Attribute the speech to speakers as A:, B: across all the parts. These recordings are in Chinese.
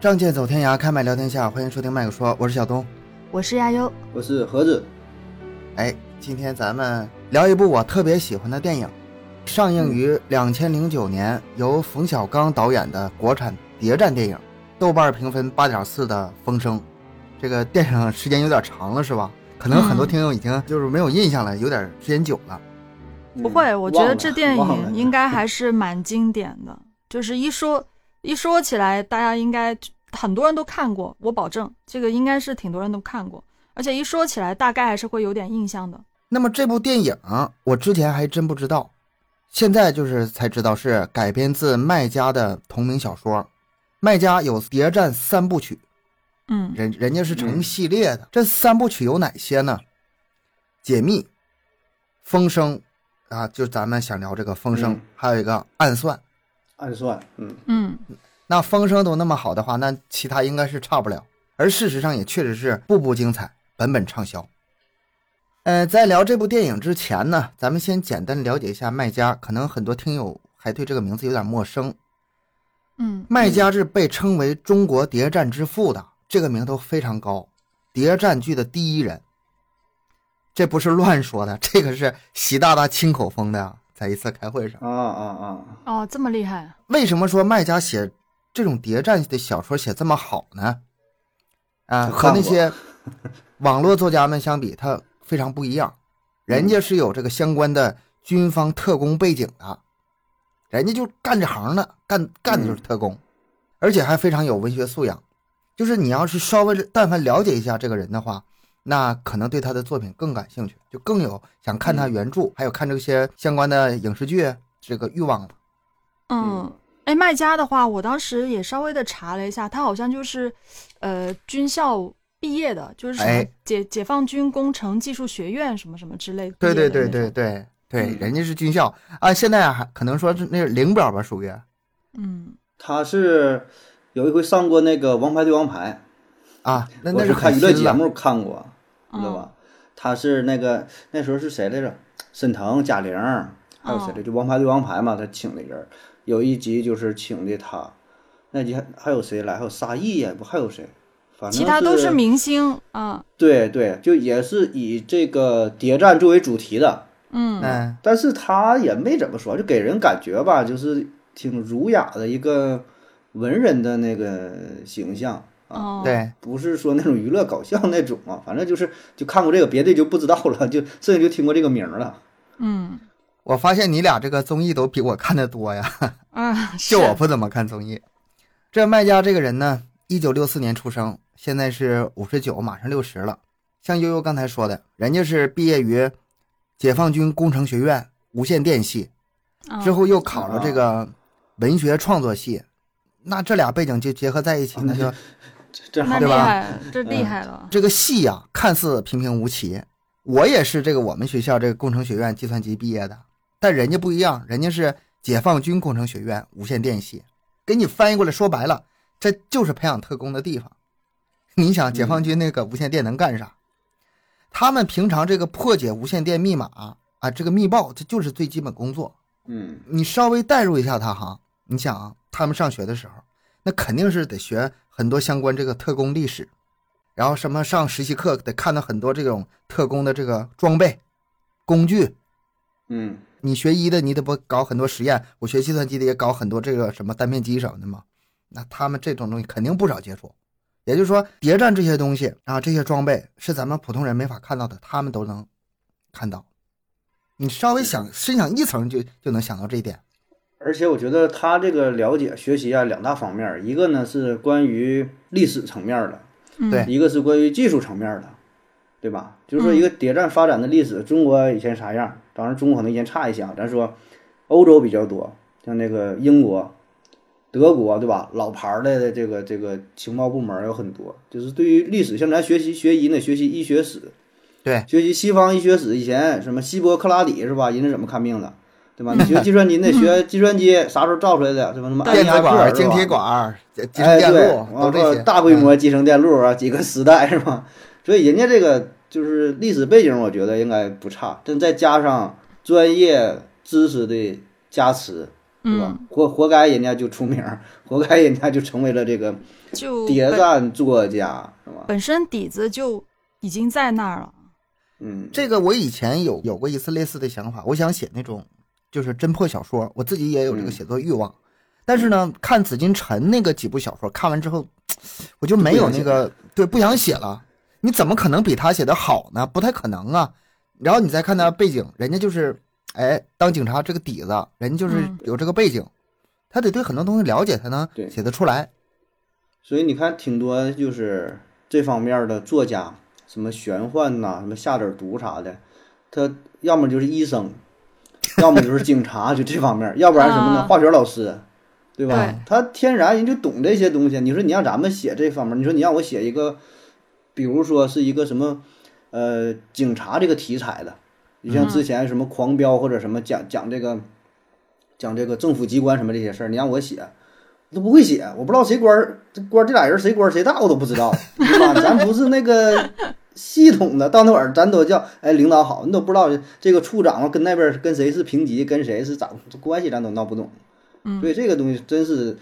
A: 仗剑走天涯，开麦聊天下，欢迎收听麦克说，我是小东。
B: 我是亚优，
C: 我是盒子，
A: 哎，今天咱们聊一部我特别喜欢的电影，上映于两千零九年，由冯小刚导演的国产谍战电影，豆瓣评分八点四的《风声》。这个电影时间有点长了，是吧？可能很多
B: 嗯
A: 听友已经就是没有印象了，有点时间久了。
B: 嗯不会，我觉得这电影应
C: 该
B: 该还是蛮经典的，就是一说一说起来，大家应该很多人都看过，我保证这个应该是挺多人都看过，而且一说起来，大概还是会有点印象的。
A: 那么这部电影我之前还真不知道，现在就是才知道是改编自麦家的同名小说。麦家有谍战三部曲，
B: 嗯
A: 人人家是成系列的。这三部曲有哪些呢？解密、风声啊，就咱们想聊这个风声，
C: 嗯
A: 还有一个暗算。
C: 暗算，嗯，
B: 嗯，
A: 那风声都那么好的话，那其他应该是差不了。而事实上也确实是步步精彩，本本畅销。呃，在聊这部电影之前呢，咱们先简单了解一下麦家，可能很多听友还对这个名字有点陌生。
B: 嗯
A: 麦家是被称为中国谍战之父的，这个名头非常高，谍战剧的第一人。这不是乱说的，这个是习大大亲口封的啊，在一次开会上。
C: 啊啊啊，
B: 哦，这么厉害，
A: 为什么说麦家写这种谍战的小说写这么好呢？啊，
C: 他
A: 和
C: 看
A: 那
C: 过
A: 些网络作家们相比，他非常不一样。人家是有这个相关的军方特工背景的，人家就干这行的，干干的
C: 嗯
A: 就是特工，而且还非常有文学素养。就是你要是稍微但凡了解一下这个人的话，那可能对他的作品更感兴趣，就更有想看
C: 嗯
A: 他原著，还有看这些相关的影视剧这个欲望了。
B: 嗯
C: 嗯，
B: 哎，卖家的话，我当时也稍微的查了一下，他好像就是，呃，军校毕业的，就是什么
A: 哎
B: 解解放军工程技术学院什么什么之类的。
A: 对对
B: 毕
A: 对
B: 业的那
A: 对
B: 种，
A: 对对，
C: 嗯
A: 人家是军校啊，现在还可能说是那是领表吧，属于
B: 嗯，
C: 他是有一回上过那个《王牌对王牌
A: 啊，那》，
C: 我
A: 那
C: 是看
A: 很
C: 娱乐
A: 新
C: 节
A: 了。
C: 目看过，知
B: 嗯
C: 道吧？他是那个那时候是谁来着？沈腾、贾玲，
B: 嗯
C: 还
B: 哦
C: 有谁来？就《王牌对王牌》嘛，他请的人，有一集就是请的他，那集还还有谁来？还有沙溢呀，不还有谁？反正
B: 其他都是明星啊，
C: 对对，就也是以这个谍战作为主题的，
B: 嗯
A: 嗯，
C: 但是他也没怎么说，就给人感觉吧，就是挺儒雅的一个文人的那个形象啊，
B: 哦，
A: 对，
C: 不是说那种娱乐搞笑那种啊，反 正就是就看过这个，别的就不知道了， 就甚至就听过这个名儿了。
B: 嗯
A: 我发现你俩这个综艺都比我看的多呀，
B: 啊，是
A: 就我不怎么看综艺。这麦家这个人呢，一九六四年出生，现在是五十九，马上六十了。像悠悠刚才说的，人家是毕业于解放军工程学院无线电系，
C: 嗯
B: 啊
A: 之后 又考了这个文学创作系，那这俩背景就结合在一
C: 嗯
A: 起，那就
C: 这这
B: 那
C: 好
A: 对
B: 厉
A: 吧
B: 害，这
C: 嗯
B: 厉害了，
A: 这个戏呀、看似平平无奇。我也是这个我们学校这个工程学院计算机毕业的，但人家不一样，人家是解放军工程学院无线电系。给你翻译过来，说白了，这就是培养特工的地方。你想，解放军那个无线电能干啥？他们平常这个破解无线电密码啊啊，这个密报，这就是最基本工作。
C: 嗯
A: 你稍微代入一下他哈，你想啊，他们上学的时候，那肯定是得学很多相关这个特工历史，然后什么上实习课得看到很多这种特工的这个装备、工具。
C: 嗯
A: 你学医的，你得不搞很多实验；我学计算机的也搞很多这个什么单片机什么的嘛。那他们这种东西肯定不少接触，也就是说，谍战这些东西啊，这些装备是咱们普通人没法看到的，他们都能看到。你稍微想深想一层就就能想到这一点。
C: 而且我觉得他这个了解学习啊两大方面儿，一个呢是关于历史层面儿的，
B: 嗯
A: 对
C: 一个是关于技术层面的，对吧？就是说一
A: 嗯
C: 个谍战发展的历史，中国以前啥样？当然，中国可能以前差一些，啊，咱说欧洲比较多，像那个英国、德国，对吧？老牌儿的这个这个情报部门儿有很多，就是对于历史，像咱学习学医呢，学习医学史，
A: 对，
C: 学习西方医学史，以前什么希波克拉底是吧？人家怎么看病的？对吧？你学计算机，那学计算机啥时候造出来的？什么什么
A: 电子管儿、
C: 是
A: 晶
C: 吧
A: 体管儿、集集成电路
C: 哎、对，
A: 都
C: 完
A: 这
C: 后
A: 些嗯
C: 大规模集成电路啊， 几个时代是吧？所以人家这个就是历史背景，我觉得应该不差。但再加上专业知识的加持，对吧
B: 嗯，？
C: 活活该人家就出名儿，活该人家就成为了这个
B: 就
C: 谍
B: 本
C: 战作家，是吧？
B: 本身底子就已经在那儿了。
C: 嗯，
A: 这个我以前有有过一次类似的想法，我想写那种就是侦破小说，我自己也有这个
C: 嗯
A: 写作欲望。但是呢，看紫金陈那个几部小说，看完之后，我就没有那个对不想写了。你怎么可能比他写的好呢？不太可能啊。然后你再看他背景，人家就是哎当警察这个底子，人家就是
B: 嗯
A: 有这个背景，他得对很多东西了解才能
C: 对
A: 写得出来。
C: 所以你看，挺多就是这方面的作家，什么玄幻呐、什么下点毒啥的，他要么就是医生，要么就是警察，就这方面，要不然什么呢？
B: 啊
C: 化学老师，对吧？
B: 对
C: 他天然人就懂这些东西。你说你让咱们写这方面，你说你让我写一个，比如说是一个什么，呃，警察这个题材的，你像之前什么狂飙或者什么讲讲这个，讲这个政府机关什么这些事儿，你让我写。我都不会写，我不知道谁官儿，这官儿这俩人谁官儿谁大，我都不知道，对吧？咱不是那个 系统的，到那会儿咱都叫哎领导好，你都不知道这个处长跟那边儿跟谁是平级，跟谁是咋关系，咱都闹不懂。
B: 嗯
C: 所以这个东西真是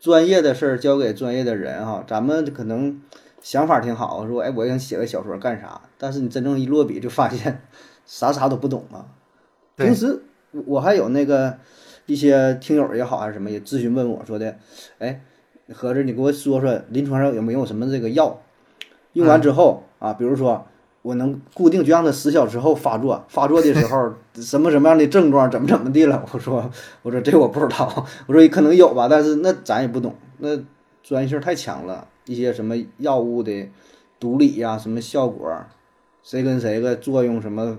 C: 专业的事儿交给专业的人哈，咱们可能想法挺好，说哎我想写个小说干啥，但是你真正一落笔就发现啥啥都不懂了。
A: 对
C: 平时我我还有那个一些听友也好还是什么也咨询问我说的，哎，合着你给我说说临床上有没有什么这个药，用完之后、啊，比如说我能固定就让它十小时后发作，发作的时候什么什么样的症状，怎么怎么地了？我说我说这我不知道，我说可能有吧，但是那咱也不懂，那专业性太强了，一些什么药物的毒理呀、什么效果，啊谁跟谁个作用什么。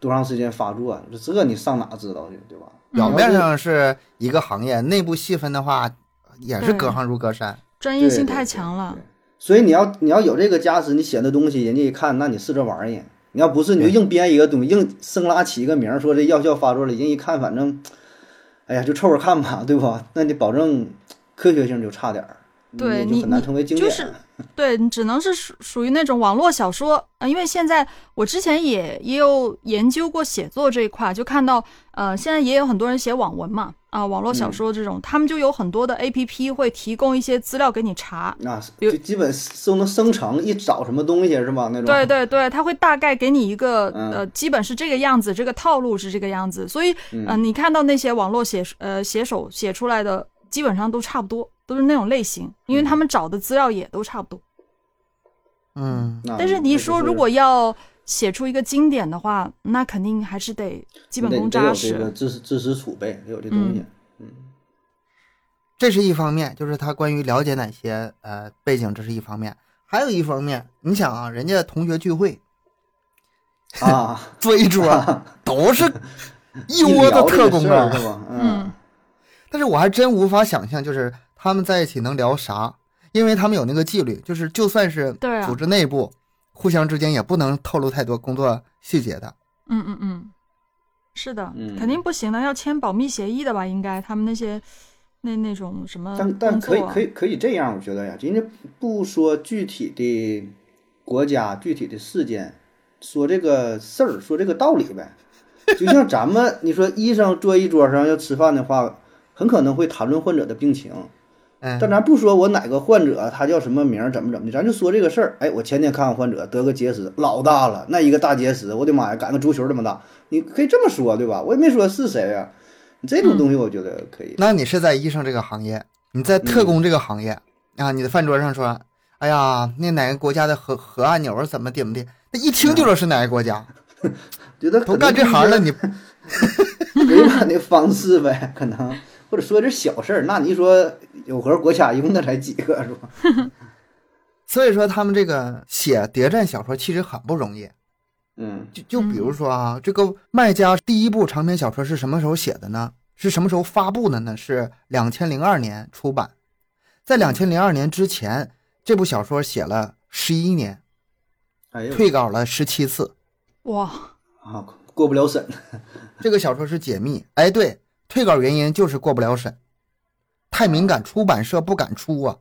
C: 多长时间发作？这你上哪知道去，对吧？
A: 表面上是一个行业，内部细分的话也是隔行如隔山。嗯
B: 专业性
C: 对对
B: 太
C: 对
B: 强了。
C: 所以你要你要有这个加持，你写的东西人家一看，那你是这玩意儿。你要不是，你就硬编一个东西，硬生拉起一个名儿，说这药效发作了，人一看，反正，哎呀，就凑合看吧，对吧？那你保证科学性就差点儿，
B: 对
C: 你就
B: 你
C: 很难成为经典。
B: 就是 对你只能是属属于那种网络小说啊、呃因为现在我之前也也有研究过写作这一块，就看到呃，现在也有很多人写网文嘛，啊、网络
C: 嗯
B: 小说这种，他们就有很多的 A P P 会提供一些资料给你查。
C: 啊，
B: 比如
C: 就基本都能生成一找什么东西是吧？那种
B: 对对对，他会大概给你一个、
C: 嗯
B: 呃，基本是这个样子，这个套路是这个样子，所以
C: 嗯
B: 嗯、呃你看到那些网络写呃写手写出来的，基本上都差不多，都是那种类型，因
C: 嗯
B: 为他们找的资料也都差不多。
A: 嗯，
C: 那
B: 但是你
C: 那
B: 一
C: 啊就
B: 说，
C: 是
B: 如果要写出一个经典的话，那肯定还是得基本
C: 你得
B: 功
C: 你得
B: 扎
C: 有这个
B: 实。
C: 知识知识储备，得有这东西。
A: 这是一方面，就是他关于了解哪些呃背景，这是一方面。还有一方面，你想啊，人家同学聚会
B: 嗯
C: 啊，
A: 坐一桌， 都是一
C: 一
A: 窝的
C: 聊这个
A: 特工
C: 事儿
A: 啊。
C: 是吧？
B: 嗯，
A: 但是我还真无法想象，就是他们在一起能聊啥，因为他们有那个纪律，就是就算是
B: 对啊
A: 组织内部，互相之间也不能透露太多工作细节的。
B: 嗯嗯嗯，是的，
C: 嗯
B: 肯定不行的，要签保密协议的吧？应该他们那些那那种什么
C: 但但
B: 工
C: 可以
B: 作啊
C: 可以可以这样，我觉得呀，人家不说具体的国家、具体的事件，说这个事儿，说这个道理呗。就像咱们，你说医生坐一桌上要吃饭的话，很可能会谈论患者的病情，
A: 嗯，
C: 但咱不说我哪个患者他叫什么名儿，怎么怎么的，咱就说这个事儿。哎，我前天看个患者得个结石，老大了，那一个大结石，我的妈呀，赶个足球这么大，你可以这么说对吧？我也没说是谁呀、你这种东西
A: 嗯
C: 我觉得可以。
A: 那你是在医生这个行业，你在特工这个行业、啊？你的饭桌上说，哎呀，那哪个国家的核核按钮是怎么怎么的？那一听就知道是哪个国 家，
C: 觉得
A: 都
C: 可能
A: 干这行了，
C: 就是
A: 你
C: 委婉的方式呗，可能或者说点小事儿。那你说有核国家一共那才几个是吧？
A: 所以说他们这个写谍战小说其实很不容易。
C: 嗯
A: 就就比如说啊，这个卖家第一部长篇小说是什么时候写的呢？是什么时候发布的呢？是两千零二年出版，在
C: 嗯
A: 两千零二年之前，这部小说写了十一年，
C: 哎呦
A: 退稿了十七次。
B: 哇，
C: 啊，过不了审。
A: 这个小说是解密。哎，对，退稿原因就是过不了审，太敏感，出版社不敢出啊，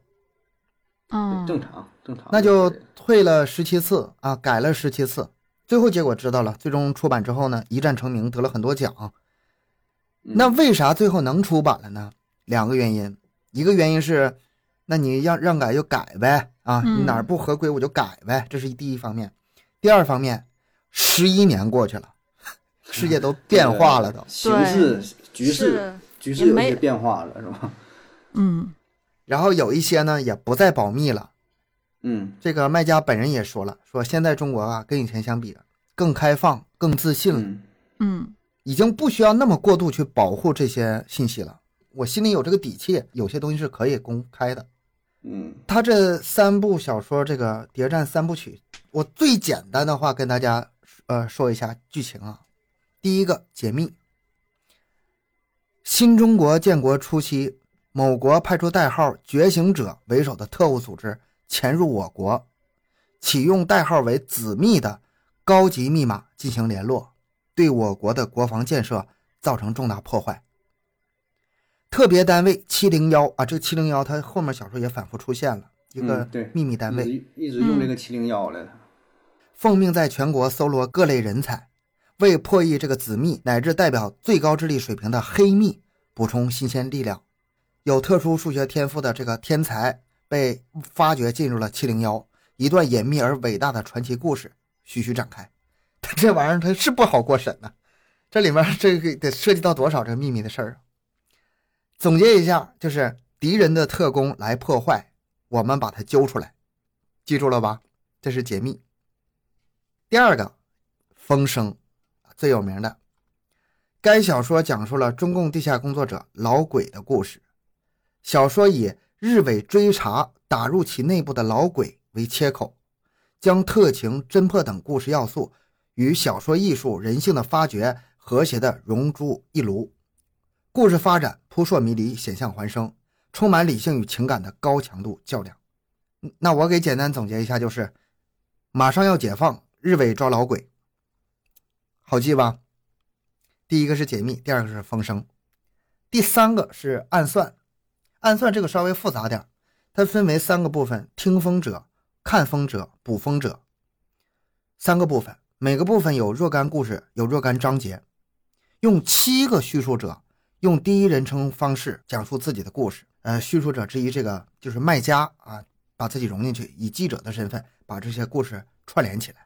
B: 嗯，
C: 正常正常。
A: 那就退了十七次啊，改了十七次。最后结果知道了，最终出版之后呢，一战成名，得了很多奖。
C: 嗯
A: 那为啥最后能出版了呢？两个原因，一个原因是，那你让让改就改呗，啊，
B: 嗯
A: 你哪儿不合规我就改呗，这是第一方面。第二方面，十一年过去了， 世界都变化了都。
C: 形势局势
B: 是，
C: 局势有
B: 也
C: 些
B: 没
C: 变化了，是吧？
B: 嗯
A: 然后有一些呢也不再保密了。
C: 嗯
A: 这个卖家本人也说了，说现在中国啊跟以前相比更开放、更自信了，
C: 嗯
B: 嗯
A: 已经不需要那么过度去保护这些信息了。我心里有这个底气，有些东西是可以公开的。
C: 嗯
A: 他这三部小说，这个《谍战三部曲》，我最简单的话跟大家呃说一下剧情啊。第一个解密，新中国建国初期，某国派出代号“觉醒者”为首的特务组织潜入我国，启用代号为“紫密”的高级密码进行联络，对我国的国防建设造成重大破坏。特别单位七零幺啊，这个七零幺它后面小说也反复出现了，一个
C: 嗯对
A: 秘密单位。
C: 一直一直用这个
B: 嗯
C: 七零幺来的，
A: 奉命在全国搜罗各类人才，为破译这个紫密乃至代表最高智力水平的黑密补充新鲜力量。有特殊数学天赋的这个天才被发掘进入了七零幺，一段隐秘而伟大的传奇故事徐徐展开。 他这玩意儿他是不好过审呐、这里面这个得涉及到多少这个秘密的事儿啊？总结一下，就是敌人的特工来破坏，我们把他揪出来，记住了吧？这是解密。第二个，风声，最有名的。该小说讲述了中共地下工作者老鬼的故事。小说以日伪追查打入其内部的老鬼为切口，将特情、侦破等故事要素与小说艺术、人性的发掘和谐的融诸一炉。故事发展扑朔迷离，险象环生，充满理性与情感的高强度较量。嗯那我给简单总结一下，就是马上要解放，日伪抓老鬼，好记吧？第一个是解密，第二个是风声，第三个是暗算。暗算这个稍微复杂点儿，它分为三个部分：听风者、看风者、捕风者。三个部分，每个部分有若干故事，有若干章节，用七个叙述者用第一人称方式讲述自己的故事。呃，叙述者之一这个就是卖家啊，把自己融进去，以记者的身份把这些故事串联起来。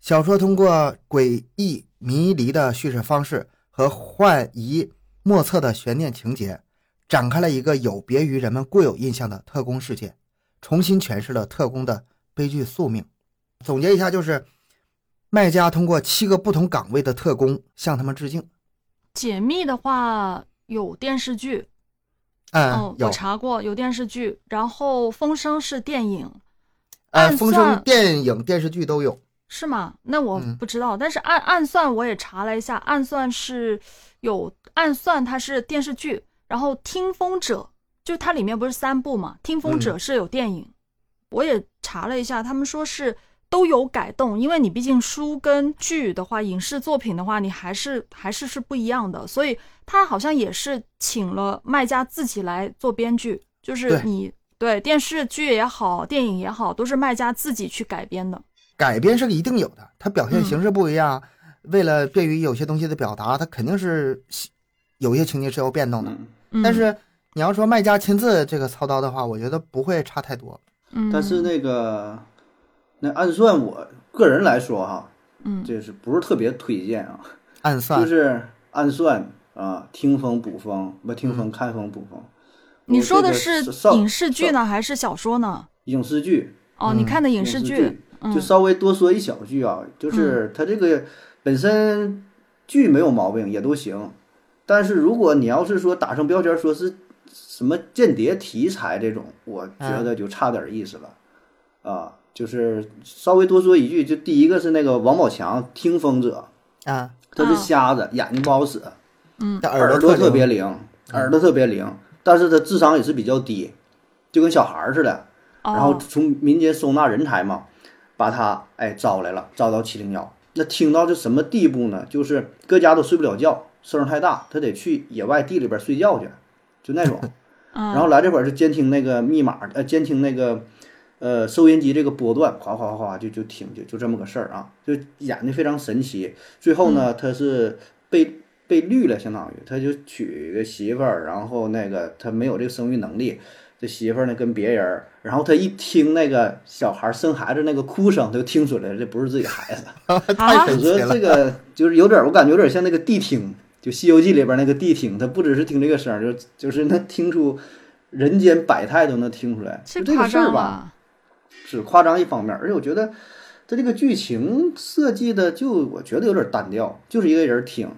A: 小说通过诡异迷离的叙事方式和幻疑莫测的悬念情节，展开了一个有别于人们固有印象的特工世界，重新诠释了特工的悲剧宿命。总结一下，就是卖家通过七个不同岗位的特工向他们致敬。
B: 解密的话有电视剧，
A: 嗯
B: 嗯，，
A: 有
B: 我查过有电视剧，然后《风声》是电影，
A: 呃，
B: 暗
A: 风声
B: 算
A: 电影、电视剧都有。
B: 是吗？那我
A: 嗯
B: 不知道，但是暗暗算我也查了一下，暗算是有暗算，它是电视剧，然后听风者就它里面不是三部嘛，听风
A: 嗯
B: 者是有电影，我也查了一下，他们说是都有改动，因为你毕竟书跟剧的话，影视作品的话，你还是还是是不一样的，所以他好像也是请了卖家自己来做编剧，就是
A: 对
B: 你对电视剧也好，电影也好，都是卖家自己去改编的。
A: 改编是一定有的，它表现
B: 嗯
A: 形式不一样，为了便于有些东西的表达，它肯定是有些情节是要变动的。
C: 嗯，
B: 嗯
A: 但是你要说卖家亲自这个操刀的话，我觉得不会差太多。
B: 嗯，
C: 但是那个那暗算我个人来说哈，
B: 嗯
C: 这是不是特别推荐啊？
A: 暗算，
C: 就是暗算啊，听风捕风，不听风看风捕风。
B: 你
C: 我
B: 说
C: 这
B: 的
C: 个
B: 是
C: 少
B: 影视剧？
C: 少
B: 呢，还是小说呢？
C: 影视剧，
B: 哦，
A: 嗯
B: 你看的影
C: 影
B: 视
C: 剧
B: 剧，，嗯
C: 就稍微多说一小句啊，就是它这个本身剧没有毛病，也都行。但是如果你要是说打上标签说是什么间谍题材这种，我
B: 啊
C: 觉得就差点意思了。啊，就是稍微多说一句，就第一个是那个王宝强听风者，
A: 啊，
C: 他是
B: 啊
C: 瞎子，眼睛不好使，
A: 但
C: 嗯耳
A: 朵
C: 特别
A: 灵。
C: 灵，
B: 嗯
C: 耳朵特别灵，但是他智商也是比较低，就跟小孩儿似的。然后
B: 哦，
C: 从民间收纳人才嘛，把他哎招来了，招到七零幺。那听到这什么地步呢？就是搁家都睡不了觉，声儿太大，他得去野外地里边睡觉去，就那种。
B: 嗯
C: 然后来这会儿就监听那个密码，呃，监听那个呃，收音机这个波段哗哗哗就就听就就这么个事儿啊，就演的非常神奇。最后
B: 嗯
C: 呢，他是被被绿了，相当于他就娶个媳妇儿，然后那个他没有这个生育能力，这媳妇儿呢跟别人儿，然后他一听那个小孩儿生孩子那个哭声，他就听出来了这不是自己孩子。
A: 太
C: 啊我
A: 神
C: 觉
A: 奇
C: 得
A: 了
C: 这。个就是有点儿，我感觉有点像那个谛听，就《西游记》里边那个谛听，他不只是听这个声儿，就就是能听出人间百态都能听出来。就这
B: 夸
C: 个事儿
B: 张啊
C: 吧，
B: 了，
C: 只夸张一方面，而且我觉得他这个剧情设计的就我觉得有点儿单调，就是一个人儿听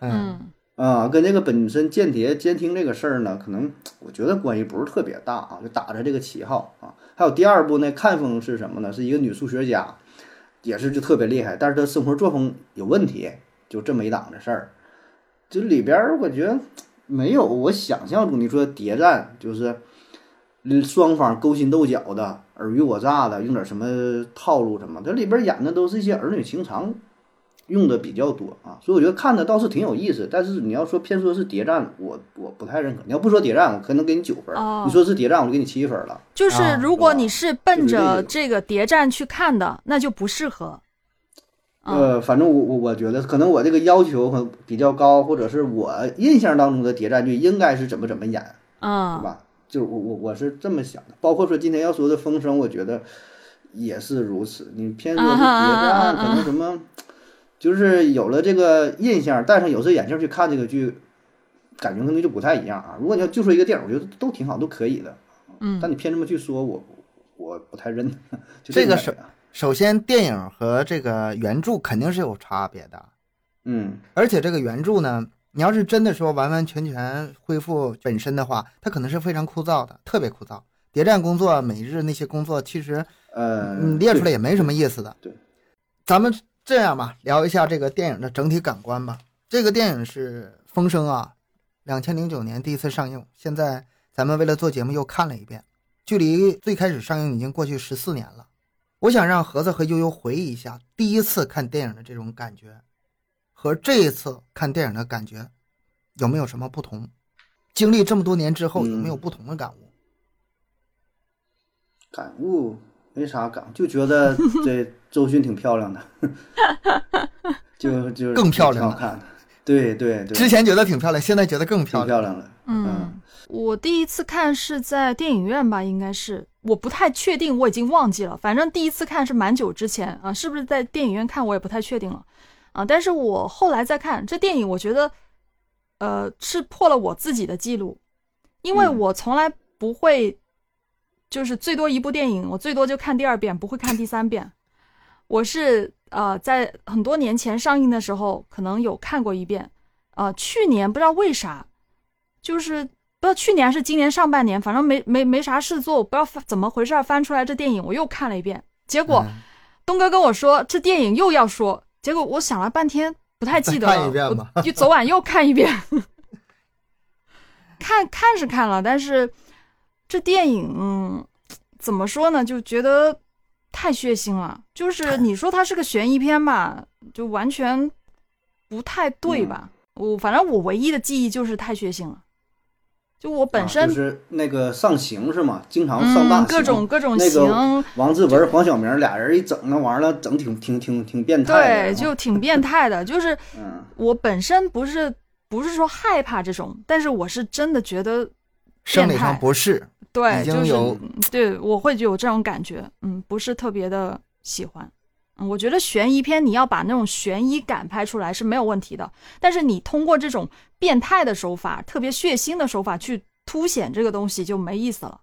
A: 嗯，
B: 嗯
C: 啊，跟这个本身间谍监听这个事儿呢，可能我觉得关系不是特别大啊，就打着这个旗号啊。还有第二部那看风是什么呢？是一个女数学家，也是就特别厉害，但是她生活作风有问题，就这么一档子事儿。就里边儿我觉得没有我想象中你说谍战，就是嗯双方勾心斗角的、尔虞我诈的，用点什么套路什么，这里边演的都是一些儿女情长用的比较多啊，所以我觉得看的倒是挺有意思。但是你要说偏说是谍战，我我不太认可。你要不说谍战，我可能给你九分儿；
B: 哦
C: 你说是谍战，我就给你七分儿了。
B: 就是
A: 啊
B: 如果你是奔
C: 就是这
B: 着
C: 个
B: 这个谍战去看的，那就不适合。嗯，
C: 呃，反正我我我觉得可能我这个要求很比较高，或者是我印象当中的谍战剧应该是怎么怎么演，对
B: 嗯，
C: 吧？就是我我我是这么想的。包括说今天要说的《风声》，我觉得也是如此。你偏说是谍
B: 啊啊啊啊
C: 战，
B: 啊
C: 可能什么，就是有了这个印象，戴上有色眼镜去看这个剧，感觉可能就不太一样啊。如果你要就说一个电影，我觉得都挺好，都可以的。
B: 嗯
C: 但你偏这么去说，我我不太认。 就
A: 这
C: 种
A: 个
C: 感
A: 是
C: 觉啊，
A: 首先电影和这个原著肯定是有差别的，
C: 嗯
A: 而且这个原著呢，你要是真的说完完全全恢复本身的话，它可能是非常枯燥的，特别枯燥。谍战工作每日那些工作，其实
C: 呃，
A: 你嗯列出来
C: 对
A: 也没什么意思的。
C: 对对
A: 咱们这样吧，聊一下这个电影的整体感官吧。这个电影是《风声》啊，两千零九年第一次上映，现在咱们为了做节目又看了一遍，距离最开始上映已经过去十四年了。我想让盒子和悠悠回忆一下第一次看电影的这种感觉，和这一次看电影的感觉有没有什么不同？经历这么多年之后，有没有
C: 嗯
A: 不同的感悟？
C: 感悟没啥感，就觉得 这周迅挺漂亮的，就就
A: 更漂亮
C: 挺
A: 了
C: 好看的。对对对，
A: 之前觉得挺漂亮，现在觉得更漂
C: 挺
A: 亮。
C: 漂亮了。
B: 嗯，我第一次看是在电影院吧，应该是，我不太确定，我已经忘记了。反正第一次看是蛮久之前啊，是不是在电影院看我也不太确定了啊。但是我后来再看这电影，我觉得，呃，是破了我自己的记录，因为
C: 嗯
B: 我从来不会，就是最多一部电影，我最多就看第二遍，不会看第三遍。我是呃，在很多年前上映的时候，可能有看过一遍。呃，去年不知道为啥，就是不知道去年还是今年上半年，反正没没没啥事做，我不知道翻怎么回事儿翻出来这电影，我又看了一遍。结果、
A: 嗯
B: 东哥跟我说这电影又要说，结果我想了半天不太记得了，
A: 再看一遍吧
B: 我 就昨晚又看一遍。 看看是看了，但是这电影、嗯怎么说呢？就觉得太血腥了。就是你说它是个悬疑片吧，就完全不太对
C: 嗯
B: 吧？我反正我唯一的记忆就是太血腥了。就我本身、
C: 啊就是那个上刑是吗？经常上大
B: 嗯
C: 刑，
B: 各种各种
C: 那
B: 刑，
C: 个王志文、黄晓明俩人一整那玩意儿，整挺挺挺挺变态的。啊
B: 对，就挺变态的。就是
C: 嗯，
B: 我本身不是不是说害怕这种，但是我是真的觉得
A: 生理
B: 变态
A: 上不适，
B: 对，
A: 已经
B: 就是
A: 有
B: 嗯对，我会有这种感觉，嗯，不是特别的喜欢。嗯，我觉得悬疑片你要把那种悬疑感拍出来是没有问题的，但是你通过这种变态的手法、特别血腥的手法去凸显这个东西就没意思了。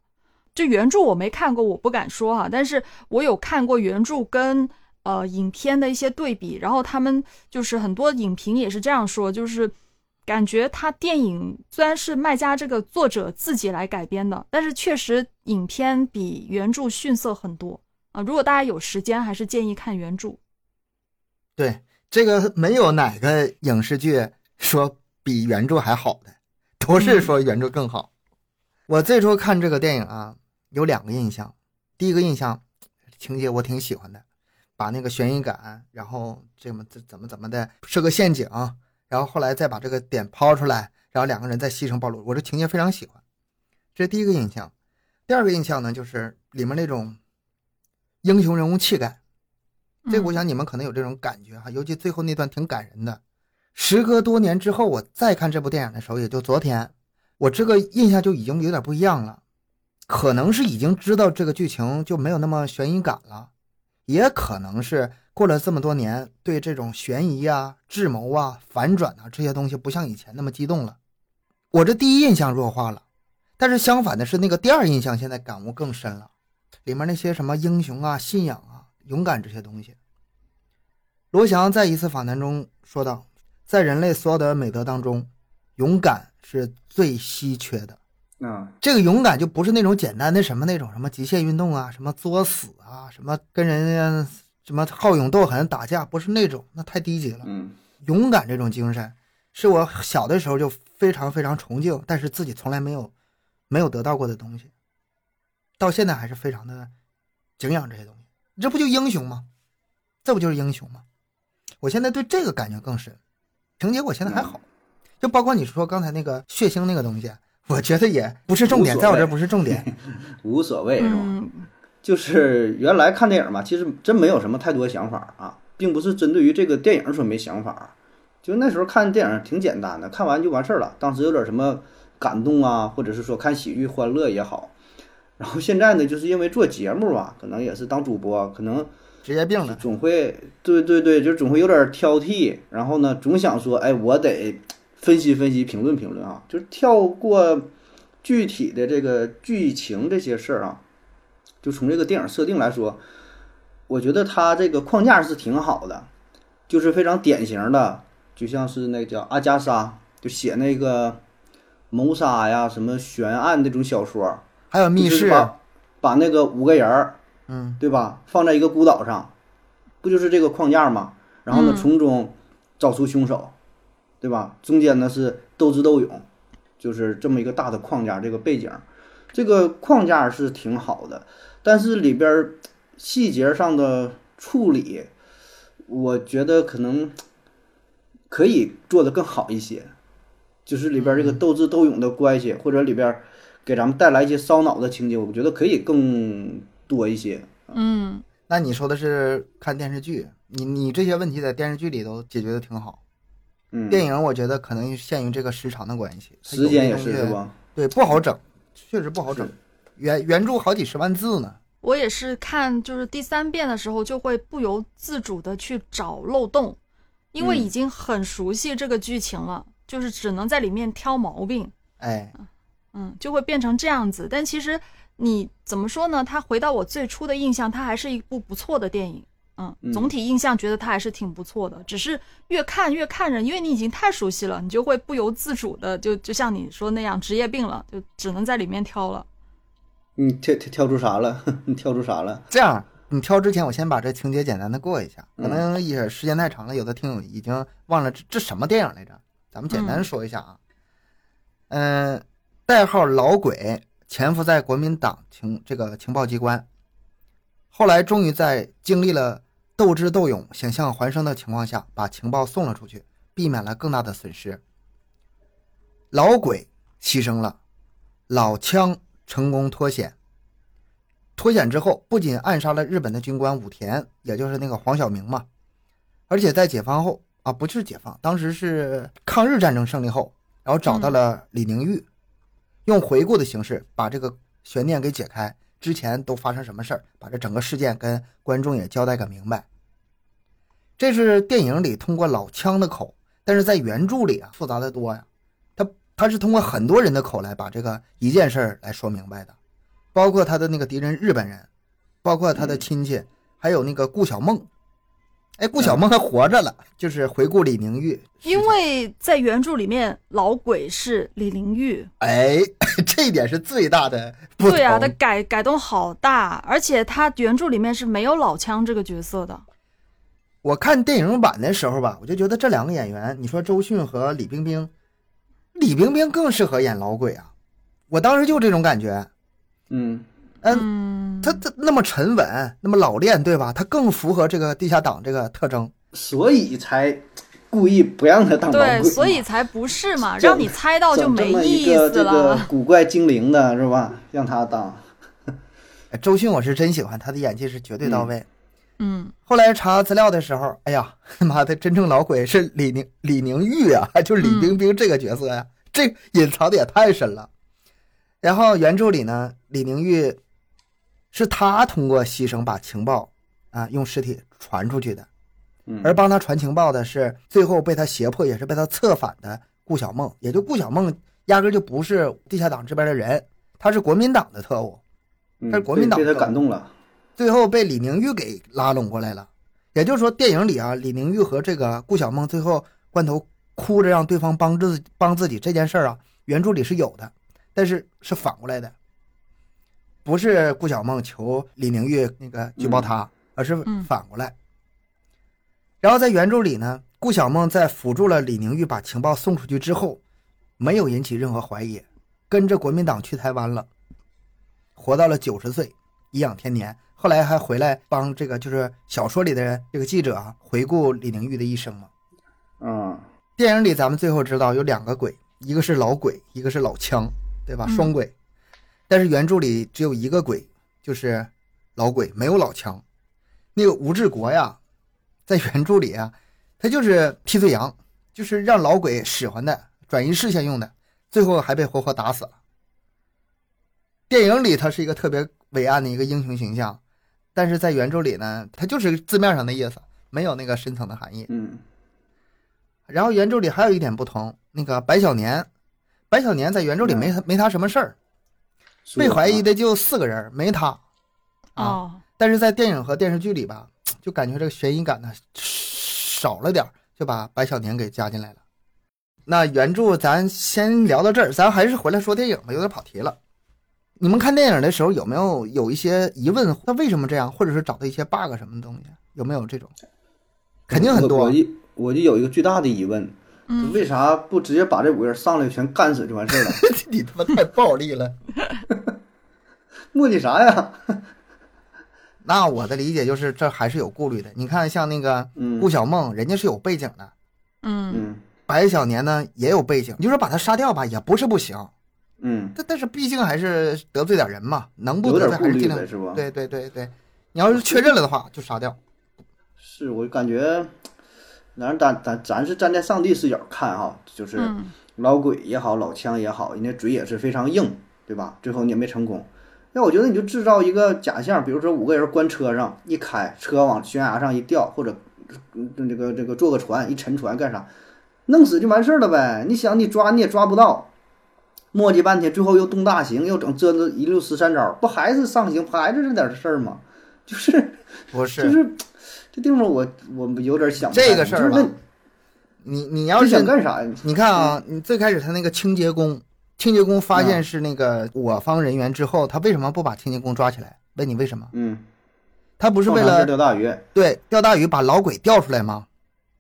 B: 这原著我没看过，我不敢说哈，但是我有看过原著跟呃影片的一些对比，然后他们就是很多影评也是这样说，就是感觉他电影虽然是麦家这个作者自己来改编的，但是确实影片比原著逊色很多啊、如果大家有时间，还是建议看原著。
A: 对，这个没有哪个影视剧说比原著还好的，都是
B: 嗯
A: 说原著更好。我最初看这个电影啊，有两个印象。第一个印象，情节我挺喜欢的，把那个悬疑感，然后这么这怎么怎么的设个陷阱，然后后来再把这个点抛出来，然后两个人再牺牲暴露，我这情节非常喜欢。这是第一个印象。第二个印象呢，就是里面那种英雄人物气概。这
B: 嗯
A: 我想你们可能有这种感觉哈，尤其最后那段挺感人的。时隔多年之后，我再看这部电影的时候，也就昨天，我这个印象就已经有点不一样了。可能是已经知道这个剧情就没有那么悬疑感了，也可能是过了这么多年，对这种悬疑啊、智谋啊、反转啊这些东西不像以前那么激动了。我这第一印象弱化了，但是相反的是，那个第二印象现在感悟更深了。里面那些什么英雄啊、信仰啊、勇敢这些东西。罗翔在一次访谈中说道，在人类所有的美德当中，勇敢是最稀缺的。
C: 啊，
A: 这个勇敢就不是那种简单的什么那种什么极限运动啊，什么作死啊，什么跟人家什么好勇斗狠打架，不是那种，那太低级了。
C: 嗯
A: 勇敢这种精神，是我小的时候就非常非常崇敬，但是自己从来没有没有得到过的东西，到现在还是非常的敬仰这些东西。这不就英雄吗？这不就是英雄吗？我现在对这个感觉更深，情节我现在还好，就包括你说刚才那个血腥那个东西，我觉得也不是重点，
C: 无所谓
A: 在我这儿不是重 点。
C: 无所谓是吧？
B: 嗯，
C: 就是原来看电影嘛，其实真没有什么太多想法啊，并不是针对于这个电影说没想法，啊就那时候看电影挺简单的，看完就完事儿了。当时有点什么感动啊，或者是说看喜剧欢乐也好。然后现在呢，就是因为做节目啊，可能也是当主播，可能
A: 职业病了，
C: 总会对对对，就总会有点挑剔，然后呢，总想说，哎，我得分析分析，评论评论啊，就是跳过具体的这个剧情这些事儿啊，就从这个电影设定来说，我觉得它这个框架是挺好的，就是非常典型的，就像是那个叫阿加莎，就写那个谋杀呀、什么悬案那种小说儿，
A: 还有密
C: 就是
A: 室，
C: 把把那个五个人儿
A: 嗯，
C: 对吧？放在一个孤岛上，不就是这个框架吗？然后呢，
B: 嗯
C: 从中找出凶手，对吧？中间呢是斗智斗勇，就是这么一个大的框架，这个背景，这个框架是挺好的，但是里边儿细节上的处理，我觉得可能可以做得更好一些，就是里边儿这个斗智斗勇的关系，或者里边儿给咱们带来一些烧脑的情节，我觉得可以更多一些。
B: 嗯，
A: 那你说的是看电视剧，你你这些问题在电视剧里都解决的挺好。
C: 嗯，
A: 电影我觉得可能限于这个时长的关系，它有
C: 时间
A: 的
C: 也
A: 东
C: 是
A: 西
C: 是吧？
A: 对，不好整，确实不好整
C: 是。
A: 原原著好几十万字呢，
B: 我也是看就是第三遍的时候，就会不由自主的去找漏洞，因为
C: 嗯
B: 已经很熟悉这个剧情了，就是只能在里面挑毛病。
A: 哎，
B: 嗯，就会变成这样子。但其实你怎么说呢？它回到我最初的印象，它还是一部不错的电影。嗯，
C: 嗯
B: 总体印象觉得它还是挺不错的，只是越看越看人，因为你已经太熟悉了，你就会不由自主的就就像你说那样职业病了，就只能在里面挑了。
C: 你跳跳跳出啥了？ 你跳出啥了？
A: 这样你挑之前，我先把这情节简单的过一下，可
C: 嗯
A: 能也时间太长了，有的听友已经忘了这这什么电影来着，咱们简单说一下啊。嗯、代号老鬼潜伏在国民党情这个情报机关，后来终于在经历了斗智斗勇、险象环生的情况下，把情报送了出去，避免了更大的损失。老鬼牺牲了，老枪成功脱险，脱险之后，不仅暗杀了日本的军官武田，也就是那个黄晓明嘛，而且在解放后啊，不是解放，当时是抗日战争胜利后，然后找到了李宁玉，用回顾的形式把这个悬念给解开，之前都发生什么事儿，把这整个事件跟观众也交代个明白。这是电影里通过老枪的口，但是在原著里啊复杂的多呀、他他是通过很多人的口来把这个一件事儿来说明白的。包括他的那个敌人日本人，包括他的亲戚，还有那个顾小梦。哎，顾小梦还活着了，就是回顾李宁玉，
B: 因为在原著里面，老鬼是李玲玉，
A: 哎， 这一点是最大的不同。
B: 对啊，他改改动好大，而且他原著里面是没有老枪这个角色的。
A: 我看电影版的时候吧，我就觉得这两个演员，你说周迅和李冰冰，李冰冰更适合演老鬼啊，我当时就这种感觉。
C: 嗯
B: 嗯，
A: 他他那么沉稳，那么老练，对吧？他更符合这个地下党这个特征。
C: 所以才故意不让他当老鬼
B: 对，
C: 嘛，
B: 所以才不是嘛，
C: 整
B: 让你猜到就
C: 整这
B: 没
C: 么一
B: 意
C: 个
B: 思
C: 这
B: 了
C: 个。古怪精灵的是吧？让他当，
A: 哎周迅我是真喜欢，她的演技是绝对到位。
B: 嗯，
A: 后来查资料的时候，哎呀， 妈的，真正老鬼是李宁李宁玉啊， 就是李冰冰这个角色呀、这隐藏的也太深了。然后原著里呢，李宁玉是他通过牺牲把情报啊用尸体传出去的，
C: 嗯，
A: 而帮他传情报的是最后被他胁迫，也是被他策反的顾晓梦。也就顾晓梦压根儿就不是地下党这边的人，他是国民党的特务。
C: 嗯
A: 但是国民党
C: 被被他
A: 更
C: 感动了，
A: 最后被李宁玉给拉拢过来了。也就是说，电影里啊，李宁玉和这个顾晓梦最后关头哭着让对方帮自帮自己这件事儿啊，原著里是有的，但是是反过来的，不是顾晓梦求李宁玉那个举报他，而是
B: 嗯
A: 反过来。然后在原著里呢，顾晓梦在辅助了李宁玉把情报送出去之后，没有引起任何怀疑，跟着国民党去台湾了，活到了九十岁，颐养天年。后来还回来帮这个就是小说里的这个记者啊回顾李宁玉的一生啊嘛。
C: 嗯
A: 电影里咱们最后知道有两个鬼，一个是老鬼，一个是老枪，对吧？
B: 嗯
A: 双鬼。但是原著里只有一个鬼，就是老鬼，没有老枪。那个吴志国呀，在原著里啊，他就是替罪羊，就是让老鬼使唤的，转移视线用的，最后还被活活打死了。电影里他是一个特别伟岸的一个英雄形象，但是在原著里呢，他就是字面上的意思，没有那个深层的含义。
C: 嗯
A: 然后原著里还有一点不同，那个白小年，白小年在原著里没他没他什么事儿，
C: 嗯是
A: 被怀疑
C: 啊
A: 的就四个人，没他。啊，
B: 哦，
A: 但是在电影和电视剧里吧，就感觉这个悬疑感呢少了点儿，就把白小年给加进来了。那原著咱先聊到这儿，咱还是回来说电影吧，有点跑题了。你们看电影的时候有没有有一些疑问？他为什么这样，或者是找到一些 bug 什么东西？有没有这种？肯定很
C: 我
A: 多
C: 我。一我就有一个巨大的疑问，
B: 嗯
C: 为啥不直接把这五个人上来全干死就完事儿了？
A: 你他妈太暴力了。
C: 墨迹啥呀？
A: 那我的理解就是，这还是有顾虑的。你看，像那个
C: 嗯
A: 顾晓梦，人家是有背景的；
B: 嗯
C: 嗯
A: 白小年呢也有背景。你就说把他杀掉吧，也不是不行。
C: 嗯，
A: 但但是毕竟还是得罪点人嘛，能不
C: 有
A: 得
C: 点
A: 罪
C: 顾
A: 还是
C: 虑
A: 尽
C: 呗，
A: 量。
C: 是不？
A: 对对对对，你要是确认了的话，就杀掉。
C: 是我感觉，反正咱咱咱是站在上帝视角看哈，就是
B: 嗯
C: 老鬼也好，老枪也好，人家嘴也是非常硬，对吧？最后你也没成功。那我觉得你就制造一个假象，比如说五个人关车上，一开车往悬崖上一掉，或者嗯这个这个坐个船一沉船干啥，弄死就完事儿了呗。你想你抓你也抓不到，磨叽半天，最后又动大刑，又整这这一溜十三招，不还是上刑，不还是这点事儿吗？ 就是
A: 不
C: 就是是这地方我我有点想不
A: 这
C: 开
A: 个事儿
C: 就是
A: 吧？你你
C: 那
A: 要
C: 你
A: 是
C: 想干啥呀？
A: 你看啊，你最开始他那个清洁工，清洁工发现是那个我方人员之后，他为什么不把清洁工抓起来？问你为什么？
C: 嗯，
A: 他不是为
C: 放长线
A: 了
C: 钓大鱼，
A: 对钓大鱼把老鬼钓出来吗？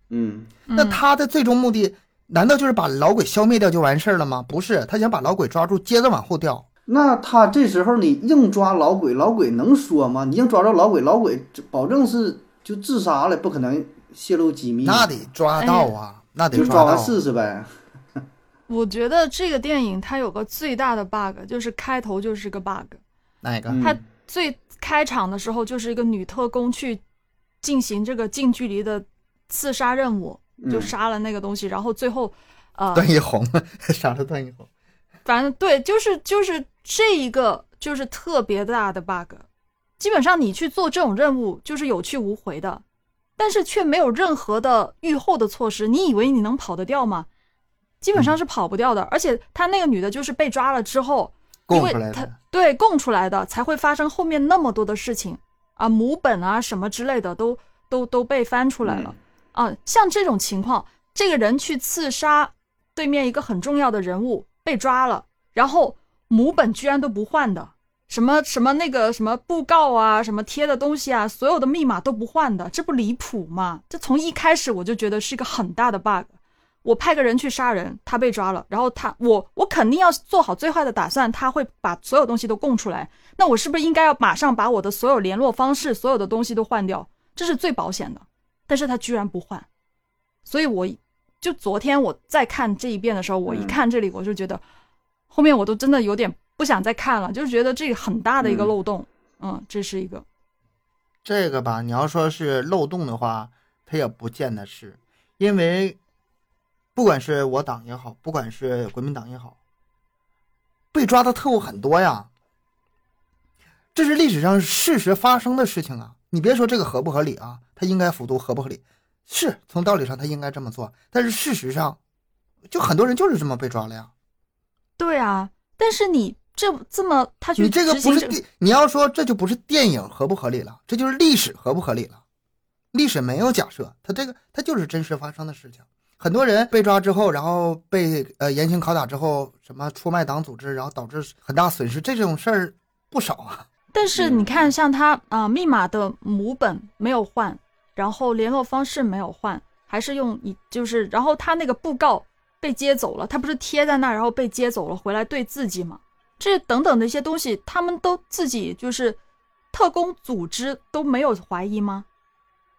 C: 嗯
A: 那
B: 嗯
A: 他的最终目的难道就是把老鬼消灭掉就完事儿了吗？不是，他想把老鬼抓住，接着往后调。
C: 那他这时候你硬抓老鬼，老鬼能说吗？你硬抓着老鬼，老鬼这保证是就自杀了，不可能泄露机
B: 嗯
C: 密。
A: 那得抓
B: 哎
A: 到啊，那得
C: 就
A: 抓
C: 抓
A: 到
C: 完
A: 啊。
C: 试试呗。
B: 我觉得这个电影它有个最大的 bug，就是开头就是个 bug。
A: 哪个？
C: 嗯
B: 他最开场的时候就是一个女特工去进行这个近距离的刺杀任务，就
C: 嗯
B: 杀了那个东西，然后最后，呃，
A: 段奕宏 杀了段奕宏。
B: 反正对，就是就是这一个就是特别大的 bug，基本上你去做这种任务就是有去无回的，但是却没有任何的预后的措施。你以为你能跑得掉吗？基本上是跑不掉的。而且她那个女的就是被抓了之后，
A: 供
B: 因为
A: 出来
B: 他
A: 的，
B: 对供出来的才会发生后面那么多的事情啊，母本啊什么之类的都都都被翻出来了、啊。像这种情况，这个人去刺杀对面一个很重要的人物被抓了，然后母本居然都不换的，什么什么那个什么布告啊，什么贴的东西啊，所有的密码都不换的，这不离谱吗？这从一开始我就觉得是一个很大的 bug。我派个人去杀人，他被抓了，然后他我我肯定要做好最坏的打算，他会把所有东西都供出来。那我是不是应该要马上把我的所有联络方式、所有的东西都换掉？这是最保险的。但是他居然不换，所以我就昨天我再看这一遍的时候，我一
C: 嗯
B: 看这里，我就觉得后面我都真的有点不想再看了，就是觉得这个很大的一个
C: 嗯
B: 漏洞。嗯，这是一个，
A: 这个吧，你要说是漏洞的话，它也不见得是，因为不管是我党也好，不管是国民党也好，被抓的特务很多呀，这是历史上事实发生的事情啊。你别说这个合不合理啊，他应该服毒合不合理，是从道理上他应该这么做，但是事实上，就很多人就是这么被抓了呀。
B: 对啊，但是你这这么他 去
A: 你这个
B: 执
A: 不
B: 行
A: 是
B: 这个
A: 电，你要说这就不是电影合不合理了，这就是历史合不合理了。历史没有假设，它这个它就是真实发生的事情。很多人被抓之后，然后被呃严刑拷打之后，什么出卖党组织，然后导致很大损失，这种事儿不少啊。
B: 但是你
C: 嗯
B: 看，像他啊、呃密码的母本没有换，然后联络方式没有换，还是用你就是，然后他那个布告被接走了，他不是贴在那儿，然后被接走了，回来对自己嘛，这等等的一些东西，他们都自己就是特工组织都没有怀疑吗？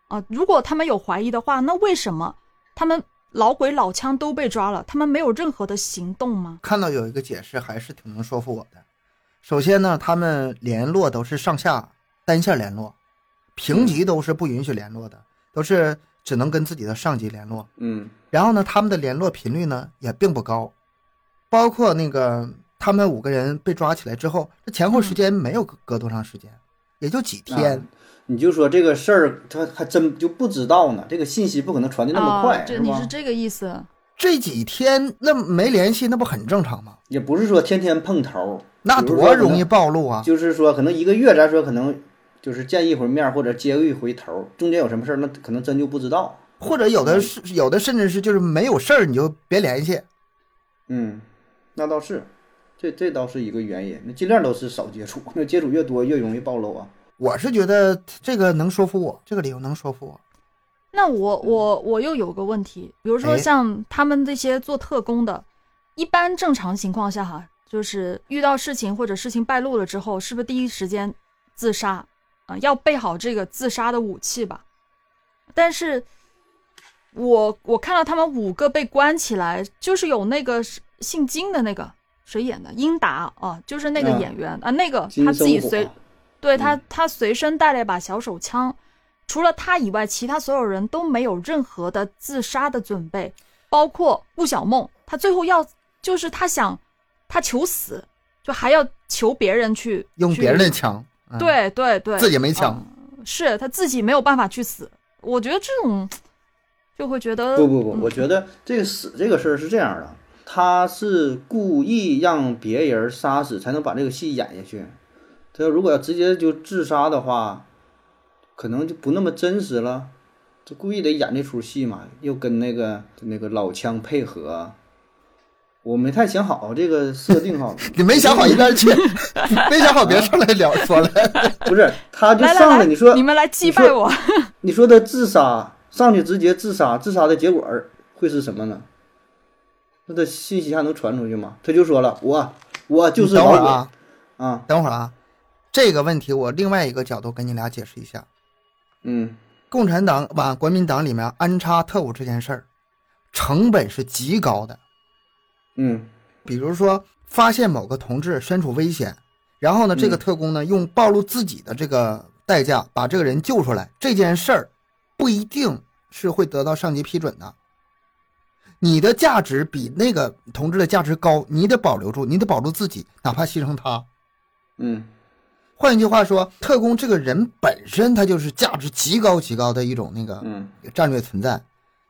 B: 啊、如果他们有怀疑的话，那为什么他们老鬼老枪都被抓了，他们没有任何的行动吗？
A: 看到有一个解释，还是挺能说服我的。首先呢，他们联络都是上下单线联络，
B: 嗯
A: 平级都是不允许联络的，都是只能跟自己的上级联络。
C: 嗯
A: 然后呢，他们的联络频率呢也并不高，包括那个他们五个人被抓起来之后，这前后时间没有隔隔多长时间，也就几天。
C: 啊你就说这个事儿，他还真就不知道呢。这个信息不可能传的那么快，
B: 啊、这
C: 是
B: 你
C: 吧
B: 是？这个意思？
A: 这几天那没联系，那不很正常吗？
C: 也不是说天天碰头，
A: 那
C: 比如说
A: 多
C: 可能
A: 容易暴露啊！
C: 就是说可能一个月，咱说可能就是见一回面或者接一回头，中间有什么事儿，那可能真就不知道。
A: 或者有的是有的甚至是就是没有事儿你就别联系，
C: 嗯，那倒是，这这倒是一个原因。那尽量都是少接触，那接触越多越容易暴露啊。
A: 我是觉得这个能说服我，这个理由能说服我。
B: 那我
C: 嗯
B: 我我又有个问题，比如说
A: 哎
B: 像他们这些做特工的，一般正常情况下哈，就是遇到事情或者事情败露了之后，是不是第一时间自杀啊、要备好这个自杀的武器吧？但是我我看到他们五个被关起来，就是有那个是姓金的那个谁演的英达啊，就是那个
C: 嗯
B: 演员啊，那个
C: 金啊
B: 他自己
C: 生
B: 随
C: 火，
B: 对他，他随身带了一把小手枪，除了他以外，其他所有人都没有任何的自杀的准备，包括顾小梦，他最后要就是他想，他求死，就还要求别人去
A: 用
B: 去
A: 别人的枪，嗯、，
B: 对对对，
A: 自己没
C: 哦
A: 枪，
B: 嗯是他自己没有办法去死，我觉得这种就会觉得
C: 不不不，
B: 嗯
C: 我觉得这个死这个事儿是这样的，他是故意让别人杀死，才能把这个戏演下去。他如果要直接就自杀的话，可能就不那么真实了。就故意得演这出戏嘛，又跟那个那个老枪配合。我没太想好这个设定哈，
A: 你没想好一边去，没想好别上来聊说了。
C: 不是他就
B: 来
C: 上
B: 来
C: 来
B: 来，
C: 你说
B: 你们来击
C: 你
B: 败
C: 说
B: 我，
C: 你说他自杀，上去直接自杀，自杀的结果儿会是什么呢？那他信息还能传出去吗？他就说了，我我就是
A: 你等
C: 老
A: 会
C: 鬼
A: 儿啊，
C: 啊，
A: 等会儿啊，这个问题我另外一个角度跟你俩解释一下。
C: 嗯
A: 共产党把国民党里面安插特务这件事儿，成本是极高的。
C: 嗯
A: 比如说，发现某个同志身处危险，然后呢，
C: 嗯
A: 这个特工呢用暴露自己的这个代价把这个人救出来，这件事儿不一定是会得到上级批准的。你的价值比那个同志的价值高，你得保留住，你得保住自己，哪怕牺牲他。
C: 嗯
A: 换一句话说，特工这个人本身他就是价值极高极高的一种那个
C: 嗯
A: 战略存在。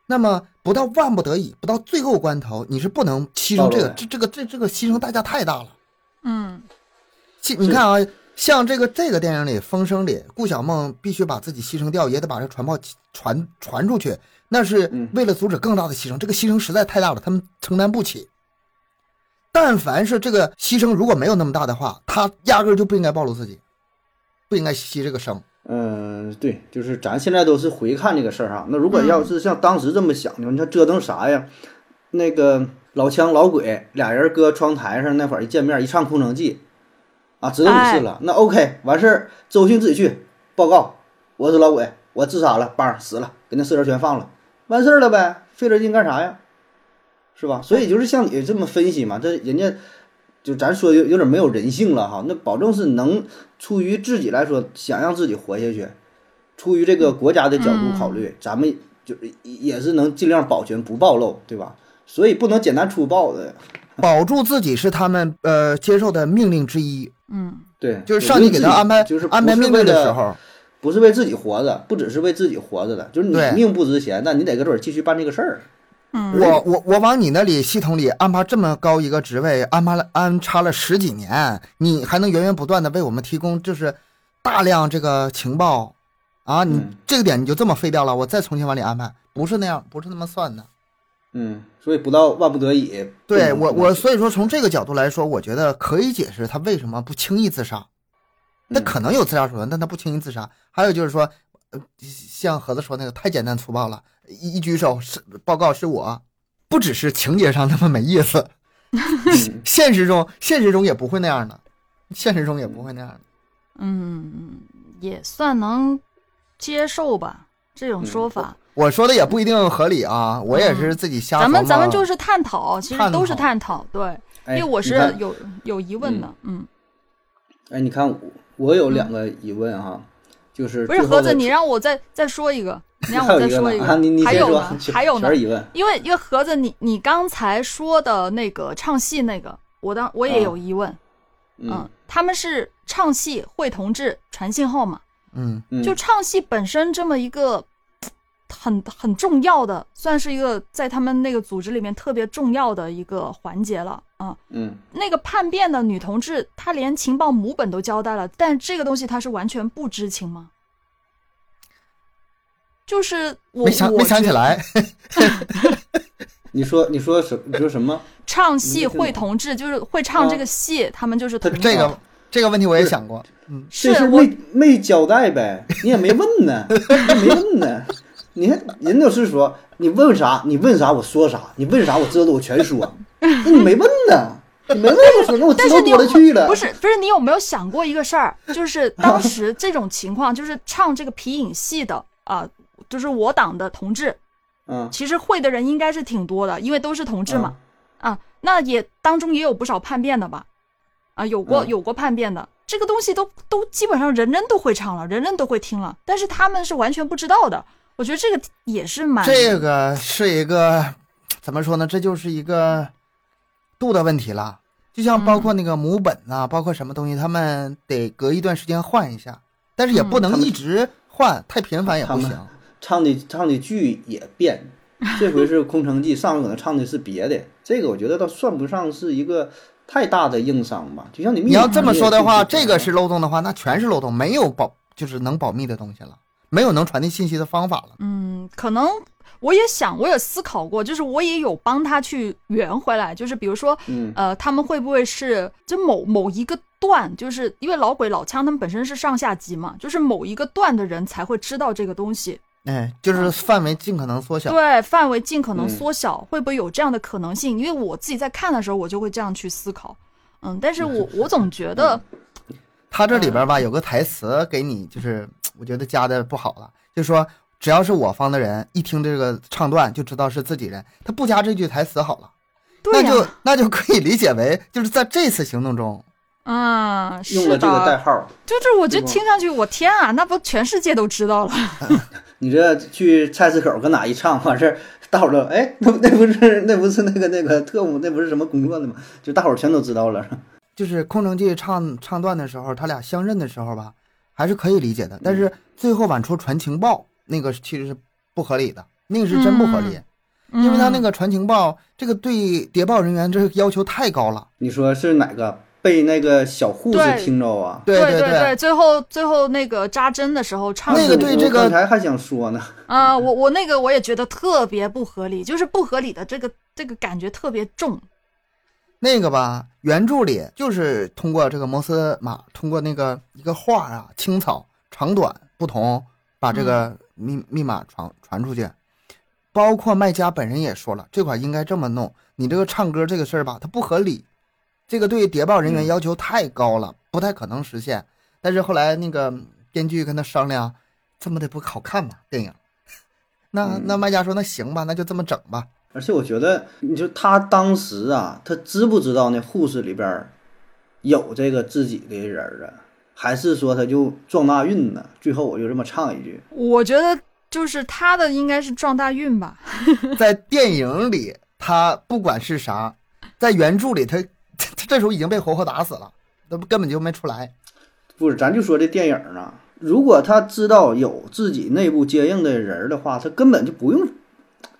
A: 那么不到万不得已，不到最后关头，你是不能牺牲这
C: 暴露
A: 个
C: 了
A: 这这个这这个牺牲代价太大了。
B: 嗯
A: 其你看啊，像这个这个电影里《风声》里，顾小梦必须把自己牺牲掉，也得把这传报传传出去，那是
C: 嗯
A: 为了阻止更大的牺牲。这个牺牲实在太大了，他们承担不起。但凡是这个牺牲如果没有那么大的话，他压根儿就不应该暴露自己，不应该牺这个生。
C: 嗯、呃对，就是咱现在都是回看这个事儿哈。那如果
A: 嗯
C: 要是像当时这么想的，你看折腾啥呀？那个老枪老鬼俩人搁窗台上那会儿一见面一唱《空城计》，啊，知道你
B: 哎
C: 是了，那 OK 完事儿，周迅自己去报告，我是老鬼，我自杀了，叭死了，给那四人全放了，完事儿了呗，费这劲干啥呀？是吧？所以就是像你这么分析嘛，这人家就咱说有有点没有人性了哈。那保证是能出于自己来说，想让自己活下去，出于这个国家的角度考虑，咱们就是也是能尽量保全不暴露，对吧？所以不能简单粗暴的，
A: 保住自己是他们呃接受的命令之一，
B: 嗯
C: 对，
A: 就是上帝给他安排
C: 就是
A: 安排命令的时
C: 候。
A: 候，
C: 不是为自己活着，不只是为自己活着的，就是你
A: 对
C: 命不值钱，那你得搁这儿继续办这个事儿。
B: 嗯，
A: 我我我往你那里系统里安排这么高一个职位，安排了安插了十几年，你还能源源不断的为我们提供就是大量这个情报啊，你
C: 嗯
A: 这个点你就这么废掉了，我再重新往里安排，不是那样，不是那么算的。
C: 嗯，所以不到万不得已。
A: 对
C: 不能
A: 我
C: 不能
A: 我
C: 去
A: 所以说从这个角度来说，我觉得可以解释他为什么不轻易自杀。他
C: 嗯
A: 可能有自杀手段，但他不轻易自杀。还有就是说，呃，像盒子说那个太简单粗暴了，一一举手是报告是我，不只是情节上那么没意思，
C: 嗯
A: 现实中现实中也不会那样的，现实中也不会那样的。
B: 嗯，也算能接受吧这种说法。
A: 我说的也不一定合理啊，我也是自己瞎
B: 嗯咱们
A: 琢磨
B: 咱们就是探讨，其实
A: 探
B: 都是
A: 讨
B: 探讨，对，因
C: 哎
B: 为我
C: 你
B: 是
C: 看
B: 有有疑问的，嗯，
C: 哎，你看我我有两个疑问哈，就是
B: 不是
C: 最后
B: 盒子，
C: 的
B: 你让我再再说一个，你让
C: 还
B: 我
C: 有
B: 再
C: 一个
B: 说
C: 呢
B: 一个，
C: 啊，你你
B: 还
C: 先
B: 有
C: 说
B: 呢，，
C: 全
B: 还有呢
C: 全，是疑问。
B: 因为因为盒子你，你刚才说的那个唱戏那个，我当我也有疑问，
C: 嗯
B: 他们是唱戏会同志传信号嘛？
A: 嗯，
C: 嗯，
B: 就唱戏本身这么一个嘖很很重要的，算是一个在他们那个组织里面特别重要的一个环节了啊、
C: 嗯
B: 那个叛变的女同志，她连情报母本都交代了，但这个东西她是完全不知情吗？就是我
A: 没想
B: 我
A: 没想
B: 觉
A: 起来，
C: 你说你说什你说什么？
B: 唱
C: 没
B: 戏
C: 听懂
B: 会同志，就是会唱这个戏，他们就是同志
A: 这个这个问题我也想过，
B: 是
C: 这事儿
B: 我
C: 没没交代呗，你也没问呢，你没问呢。你看人都是说你问啥，你问啥我说啥，你问啥我知道的我全说， 那你没问呢，你没问我说，那我知
B: 但
C: 道
B: 是你
C: 多
B: 有
C: 了去了。
B: 不是不是，你有没有想过一个事儿？ 就是当时这种情况，就是唱这个皮影戏的啊、就是我党的同志，
C: 嗯，
B: 其实会的人应该是挺多的，因为都是同志嘛。啊，那也当中也有不少叛变的吧？啊，有过
C: 嗯
B: 有过叛变的，这个东西都都基本上人人都会唱了，人人都会听了，但是他们是完全不知道的。我觉得这个也是蛮
A: 这个是一个怎么说呢？这就是一个度的问题了。就像包括那个母本呐、
B: 嗯
A: 包括什么东西，他们得隔一段时间换一下，但是
B: 嗯
A: 也不能一直换，太频繁也不
C: 他
A: 行。
C: 唱的唱的剧也 变，这回是《空城计》，上回可能唱的是别的，这个我觉得倒算不上是一个太大的硬伤吧。就像你
A: 你要这么说的话，
C: 密码
A: 这个是漏洞的话，那全是漏洞，没有保就是能保密的东西了，没有能传递信息的方法了。
B: 嗯，可能我也想，我也思考过，就是我也有帮他去圆回来，就是比如说，
C: 嗯
B: 呃，他们会不会是就某某一个段，就是因为老鬼老枪他们本身是上下级嘛，就是某一个段的人才会知道这个东西，
A: 哎，就是范围尽可能缩小。
B: 对，范围尽可能
C: 嗯
B: 缩小，会不会有这样的可能性？因为我自己在看的时候，我就会这样去思考，嗯，但是 我我总觉得，
A: 嗯他这里边
B: 嗯
A: 吧有个台词给你，就是我觉得加的不好了，就说只要是我方的人一听这个唱段就知道是自己人，他不加这句台词好了，那
B: 对呀、
A: 就那就可以理解为就是在这次行动中，
B: 嗯，
C: 用
B: 是的，
C: 了这个代号，
B: 就是我觉得
C: 对吧
B: 听上去，我天啊，那不全世界都知道了。
C: 你这去菜市口跟哪一唱，完事儿大伙儿都哎，那那不是那不是那个那个特务，那不是什么工作的吗？就大伙儿全都知道了。
A: 就是《空城计》唱唱段的时候，他俩相认的时候吧，还是可以理解的，但是最后往出传情报那个其实是不合理的，那个是真不合理，
B: 嗯
A: 因为他那个传情报这个对谍报人员这个要求太高了，
C: 你说是哪个被那个小护士
B: 对
C: 听着啊？
A: 对
B: 对
A: 对。
B: 最后最后那个扎针的时候唱
A: 那个
B: 的
A: 对
C: 我
A: 这个
C: 刚才还想说呢，
B: 啊、我我那个我也觉得特别不合理，就是不合理的这个这个感觉特别重。
A: 那个吧，原著里就是通过这个摩斯码，通过那个一个画啊，青草长短不同，把这个密、密码传传出去。包括卖家本人也说了，这块应该这么弄。你这个唱歌这个事儿吧，它不合理，这个对谍报人员
C: 嗯
A: 要求太高了，不太可能实现。但是后来那个编剧跟他商量，这么的不好看嘛，电影。那那卖家说那行吧，那就这么整吧。
C: 而且我觉得，你说他当时啊，他知不知道那护士里边儿有这个自己的人儿啊，还是说他就撞大运呢？最后我就这么唱一句，
B: 我觉得就是他的应该是撞大运吧，
A: 在电影里他不管是啥，在原著里他他这时候已经被活活打死了，他根本就没出来。
C: 不是，咱就说这电影呢，如果他知道有自己内部接应的人儿的话，他根本就不用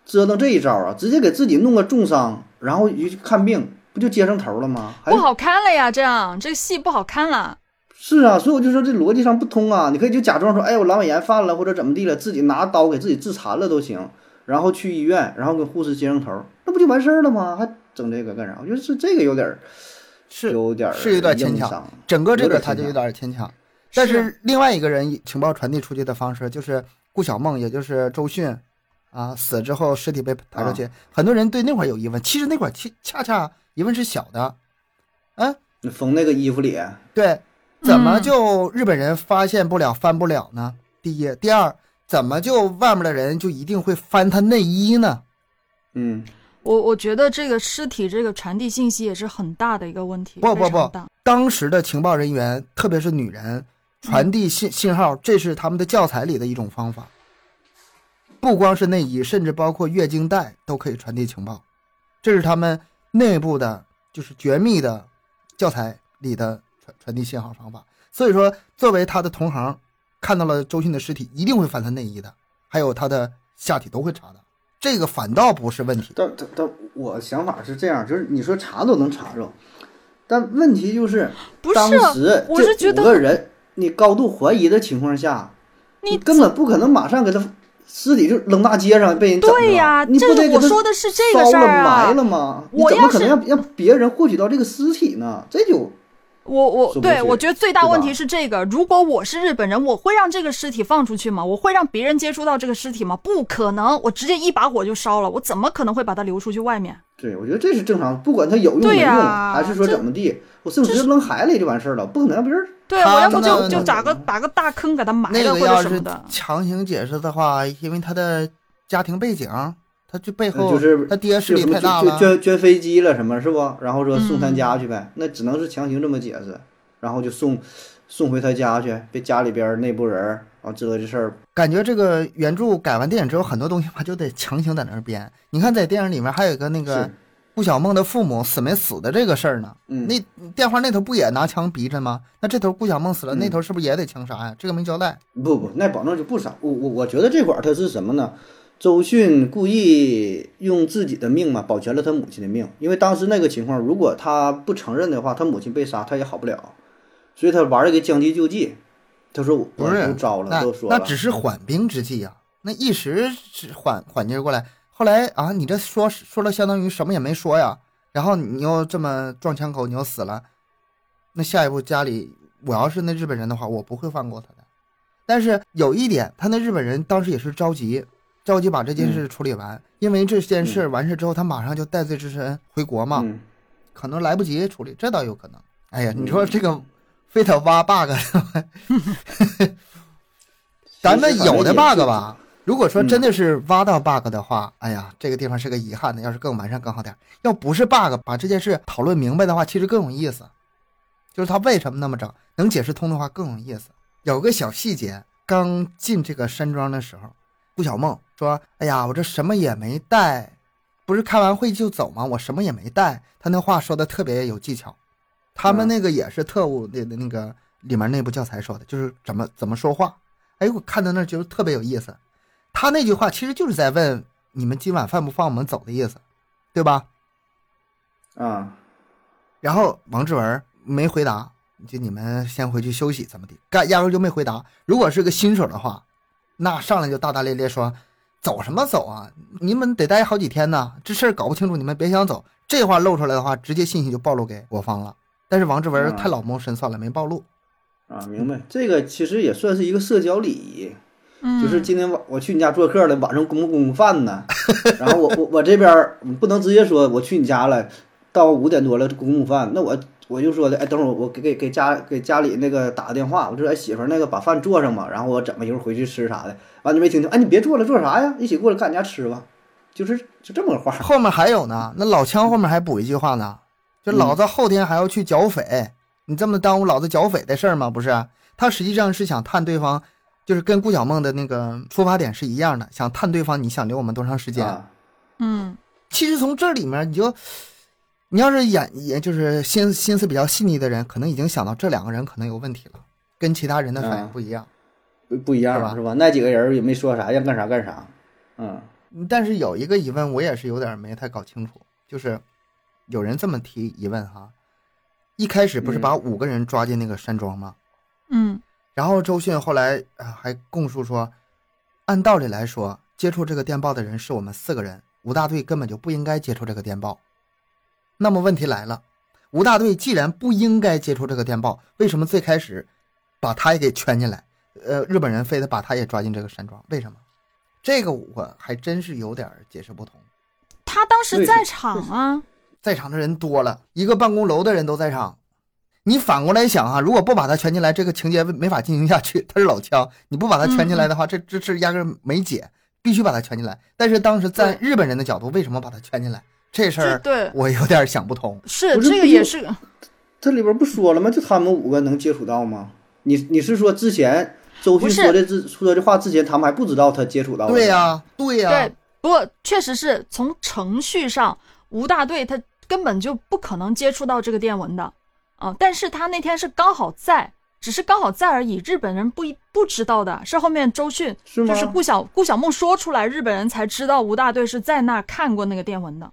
C: 折腾这一招啊，直接给自己弄个重伤，然后一去看病，不就接上头了吗？
A: 哎
C: 还
B: 不好看了呀，这样这戏不好看了。
C: 是啊，所以我就说这逻辑上不通啊。你可以就假装说，哎，我阑尾炎犯了或者怎么地了，自己拿刀给自己自残了都行，然后去医院，然后跟护士接上头，那不就完事儿了吗？还整这个干啥？我觉得是这个有点儿
A: 是
C: 有点儿
A: 是有点牵
C: 硬
A: 强
C: 伤
A: 整个这
C: 有
A: 个
C: 点
A: 他就
C: 牵
A: 有
C: 强
A: 点牵强。但是另外一个人情报传递出去的方式就是顾小梦，也就是周迅，啊，死之后尸体被抬
C: 啊
A: 出去，很多人对那块儿有疑问，其实那块儿其恰恰疑问是小的，啊，
C: 你缝那个衣服里，
A: 对，怎么
B: 嗯
A: 就日本人发现不了、翻不了呢？第一，第二，怎么就外面的人就一定会翻他内衣呢？
C: 嗯，
B: 我我觉得这个尸体这个传递信息也是很大的一个问题，
A: 不不
B: 非常
A: 不
B: 大
A: 当时的情报人员，特别是女人，传递信信号，这是他们的教材里的一种方法。不光是内衣，甚至包括月经带都可以传递情报，这是他们内部的，就是绝密的教材里的传传递信号方法。所以说，作为他的同行，看到了周迅的尸体，一定会翻他内衣的，还有他的下体都会查的，这个反倒不是问题。
C: 但但但我想法是这样，就是你说查都能查着，但问题就是
B: 不是啊
C: 当时
B: 我是觉
C: 这五个
B: 得
C: 人，你高度怀疑的情况下，
B: 你
C: 根本不可能马上给他尸体就扔大街上被人整
B: 对
C: 着
B: 呀、
C: 你不
B: 这
C: 得
B: 个
C: 给
B: 我
C: 他
B: 说的是这个
C: 烧
B: 事
C: 了
B: 儿啊
C: 埋。了吗？你
B: 我
C: 怎么
B: 要
C: 可能
B: 是
C: 让让别人获取到这个尸体呢？这就
B: 我我
C: 说不
B: 对
C: 去
B: 我觉得最大
C: 对吧
B: 问题是这个，如果我是日本人，我会让这个尸体放出去吗？我会让别人接触到这个尸体吗？不可能，我直接一把火就烧了，我怎么可能会把它流出去外面？
C: 对我觉得这是正常，不管他有用
B: 对
C: 没用，
B: 呀
C: 还是说
B: 这
C: 怎么地，我甚至
B: 这
C: 直接扔海里就完事儿了，不可能让别人
B: 对
A: 他
B: 我要不
A: 那
B: 就就打个打个大坑给它埋
A: 那
B: 了
A: 个
B: 或者
A: 要
B: 什么
A: 是
B: 的。
A: 强行解释的话，因为他的家庭背景，他这背后
C: 嗯就是
A: 他爹势
C: 就
A: 力
C: 什么
A: 太大
C: 捐捐
A: 了。嗯
C: 捐捐飞机了什么是不？然后说送他家去呗，那只能是强行这么解释，然后就送送回他家去，被家里边内部人儿啊知道这事儿，
A: 感觉这个原著改完电影之后，很多东西吧就得强行在那儿编。你看，在电影里面还有一个那个
C: 是
A: 顾小梦的父母死没死的这个事儿呢。
C: 嗯
A: 那电话那头不也拿枪逼着吗？那这头顾小梦死了，
C: 嗯
A: 那头是不是也得枪杀呀？这个没交代。
C: 不不，那保证就不少。我我我觉得这块儿他是什么呢？周迅故意用自己的命嘛，保全了他母亲的命，因为当时那个情况，如果他不承认的话，他母亲被杀，他也好不了，所以他玩了一个将计就计。他说我
A: 不是
C: 都招了，
A: 那
C: 都说
A: 那
C: 了，
A: 只是缓兵之计啊，那一时是缓缓劲儿过来，后来啊，你这说说了相当于什么也没说呀，然后你又这么撞枪口，你又死了，那下一步家里我要是那日本人的话，我不会放过他的。但是有一点，他那日本人当时也是着急，着急把这件
C: 嗯
A: 事处理完，因为这件事完事之后，他马上就戴罪之身回国嘛，
C: 嗯，
A: 可能来不及处理，这倒有可能。哎呀，你说这个非得挖 bug，咱们有的 bug 吧，如果说真的是挖到 bug 的话，哎呀，这个地方是个遗憾的。要是更完善更好点儿，要不是 bug，把这件事讨论明白的话，其实更有意思。就是他为什么那么整，能解释通的话更有意思。有个小细节，刚进这个山庄的时候，顾小梦说：“哎呀，我这什么也没带，不是开完会就走吗？我什么也没带。”他那话说的特别有技巧。他们
C: 嗯
A: 那个也是特务那那个里面内部教材说的，就是怎么怎么说话。哎，我看到那儿觉得特别有意思。他那句话其实就是在问你们今晚放不放我们走的意思，对吧？
C: 啊，
A: 然后王志文没回答，就你们先回去休息，怎么的？干压根就没回答。如果是个新手的话，那上来就大大咧咧说：“走什么走啊？你们得待好几天呢，这事儿搞不清楚，你们别想走。”这话露出来的话，直接信息就暴露给我方了。但是王志文
C: 嗯
A: 太老谋深算了，没暴露。
C: 啊，明白，这个其实也算是一个社交礼仪，
B: 嗯，
C: 就是今天晚我去你家做客了，晚上公不公饭呢？然后我我我这边儿嗯不能直接说我去你家了，到五点多了公公饭，那我我就说的，哎，等会儿我给给给家给家里那个打个电话，我就说哎媳妇儿那个把饭做上吧，然后我怎么一会儿回去吃啥的，完就没听听，哎你别做了，做啥呀？一起过来干你家吃吧，就是就这么个话儿，
A: 后面还有呢，那老枪后面还补一句话呢，就老子后天还要去剿匪，你这么耽误老子剿匪的事儿吗？不是、啊他实际上是想探对方，就是跟顾小梦的那个出发点是一样的，想探对方你想留我们多长时间。
C: 啊，
B: 嗯
A: 其实从这里面你就，你要是眼也就是心心思比较细腻的人，可能已经想到这两个人可能有问题了，跟其他人的反应
C: 嗯
A: 不一样。
C: 不不一样
A: 是吧
C: 是吧？那几个人也没说啥，让干啥干啥，嗯
A: 但是有一个疑问，我也是有点没太搞清楚，就是有人这么提疑问哈，一开始不是
C: 嗯
A: 把五个人抓进那个山庄吗？
B: 嗯
A: 然后周迅后来呃还供述说，按道理来说，接触这个电报的人是我们四个人，吴大队根本就不应该接触这个电报。那么问题来了，吴大队既然不应该接触这个电报，为什么最开始把他也给圈进来？呃，日本人非得把他也抓进这个山庄，为什么？这个我还真是有点儿解释不通。
B: 他当时
C: 为
B: 在
C: 什
B: 场啊，
A: 在场的人多了，一个办公楼的人都在场。你反过来想啊，如果不把他圈进来，这个情节没法进行下去。他是老枪，你不把他圈进来的话，这这事压根儿没解，必须把他圈进来。但是当时在日本人的角度，为什么把他圈进来？这事
B: 这
A: 儿
B: 对
A: 我有点想不通。
B: 是
C: 不是
B: 这个
C: 不
B: 也
C: 是
B: 是个
C: 这里边不说了吗？就他们五个能接触到吗？你你是说之前周
B: 不
C: 迅
B: 是
C: 说的这说这话之前，他们还不知道他接触到了
A: 对呀、对呀、
B: 对，不过确实是从程序上，吴大队他根本就不可能接触到这个电文的啊。但是他那天是刚好在，只是刚好在而已。日本人不一不知道的，是后面周迅
C: 是吗？
B: 就是顾小顾小梦说出来，日本人才知道吴大队是在那儿看过那个电文的。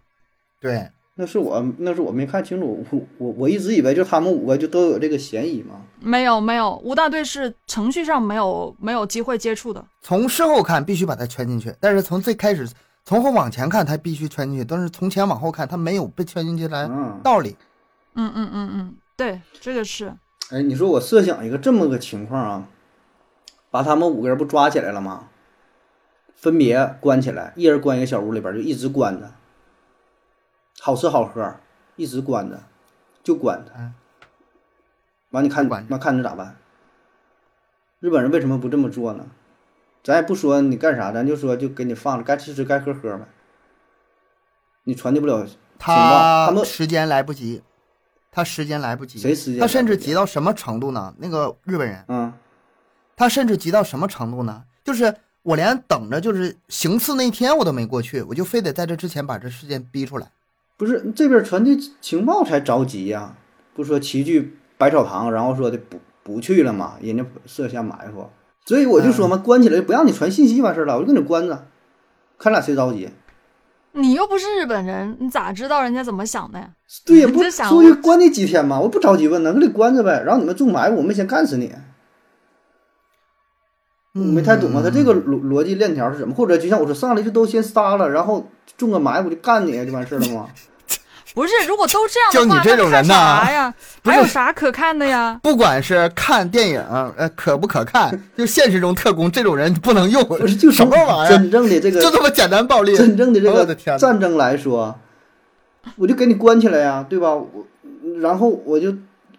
A: 对，
C: 那是我那是我没看清楚，我我我一直以为就他们五个就都有这个嫌疑嘛。
B: 没有没有，吴大队是程序上没有没有机会接触的。
A: 从事后看必须把他圈进去，但是从最开始，从后往前看他必须圈进去，但是从前往后看他没有被圈进去的
C: 嗯，
A: 道理。
B: 嗯嗯嗯嗯，对，这个是
C: 哎，你说我设想一个这么个情况啊，把他们五个人不抓起来了吗？分别关起来，一人关一个小屋里边，就一直关着，好吃好喝，一直关着，就关着
A: 嗯。
C: 完，你看
A: 关着
C: 那看着咋办？日本人为什么不这么做呢？咱也不说你干啥，咱就说就给你放着，该吃吃该喝喝呗。你传递不了
A: 他
C: 他们
A: 时间来不及，他时间来不及。
C: 谁时间？
A: 他甚至急到什么程度呢？那个日本人，
C: 嗯，
A: 他甚至急到什么程度呢？就是我连等着就是行刺那天我都没过去，我就非得在这之前把这事件逼出来。
C: 不是这边传递情报才着急呀、不说齐聚百草堂，然后说的不不去了嘛，人家设下埋伏，所以我就说嘛，
A: 嗯
C: 关起来就不让你传信息完事儿了，我就给你关着，看俩谁着急。
B: 你又不是日本人，你咋知道人家怎么想的呀？
C: 对呀，
B: 你
C: 不
B: 就想
C: 所以关你几天嘛，我不着急问呢，给你关着呗，然后你们中埋伏，我们先干死你。
A: 嗯
C: 我没太懂啊，他这个逻逻辑链条是怎么？或者就像我说，上来就都先杀了，然后中个埋伏就干你就完事儿了 吗？
B: 不是，如果都这样的
A: 就你
B: 话，
A: 这种
B: 那
A: 人
B: 看
A: 呐
B: 啥呀？
A: 不是
B: 还有啥可看的呀？
A: 不管是看电影，呃，可不可看，就现实中特工这种人不能用，
C: 不是，就是
A: 什么玩意儿，
C: 真正的这个
A: 就这么简单暴力。
C: 真正的这
A: 我的天
C: 个
A: 哪
C: 战争来说，我就给你关起来呀、对吧？我然后我就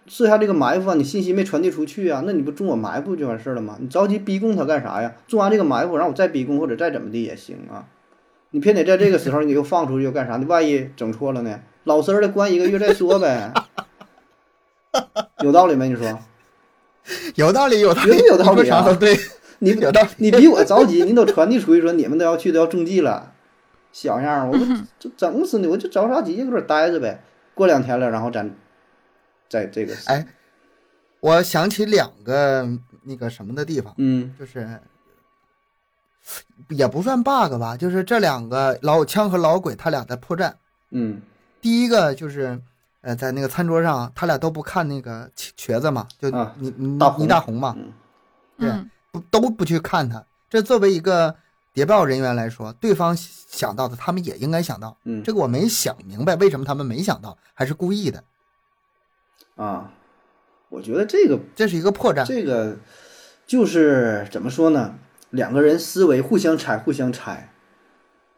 C: 设下这个埋伏啊，你信息没传递出去啊，那你不中我埋伏就完事儿了吗？你着急逼供他干啥呀？中完这个埋伏，然后我再逼供或者再怎么地也行啊。你偏得在这个时候你又放出去又干啥？你万一整错了呢？老实儿的关一个月再说呗，有道理没？你说
A: 有道理，有道理，
C: 有有道理啊
A: 你说啥都对，
C: 你
A: 有道理。
C: 你比我着急，你都传递出去说你们都要去，都要中计了。小样儿，我不
A: 嗯
C: 就整死你，我就着啥急，搁这儿待着呗。过两天了，然后咱在这个，
A: 哎我想起两个那个什么的地方。
C: 嗯
A: 就是也不算 bug 吧，就是这两个老枪和老鬼他俩的破绽。
C: 嗯
A: 第一个就是呃，在那个餐桌上，他俩都不看那个瘸瘸子嘛，就
C: 啊
A: 你你
C: 大红
A: 你大红嘛，
C: 嗯，
A: 对
B: 嗯，
A: 不都不去看他。这作为一个谍报人员来说，对方想到的，他们也应该想到。
C: 嗯
A: 这个我没想明白，为什么他们没想到，还是故意的，
C: 啊，我觉得这个
A: 这是一个破绽。
C: 这个就是怎么说呢？两个人思维互相猜，互相猜。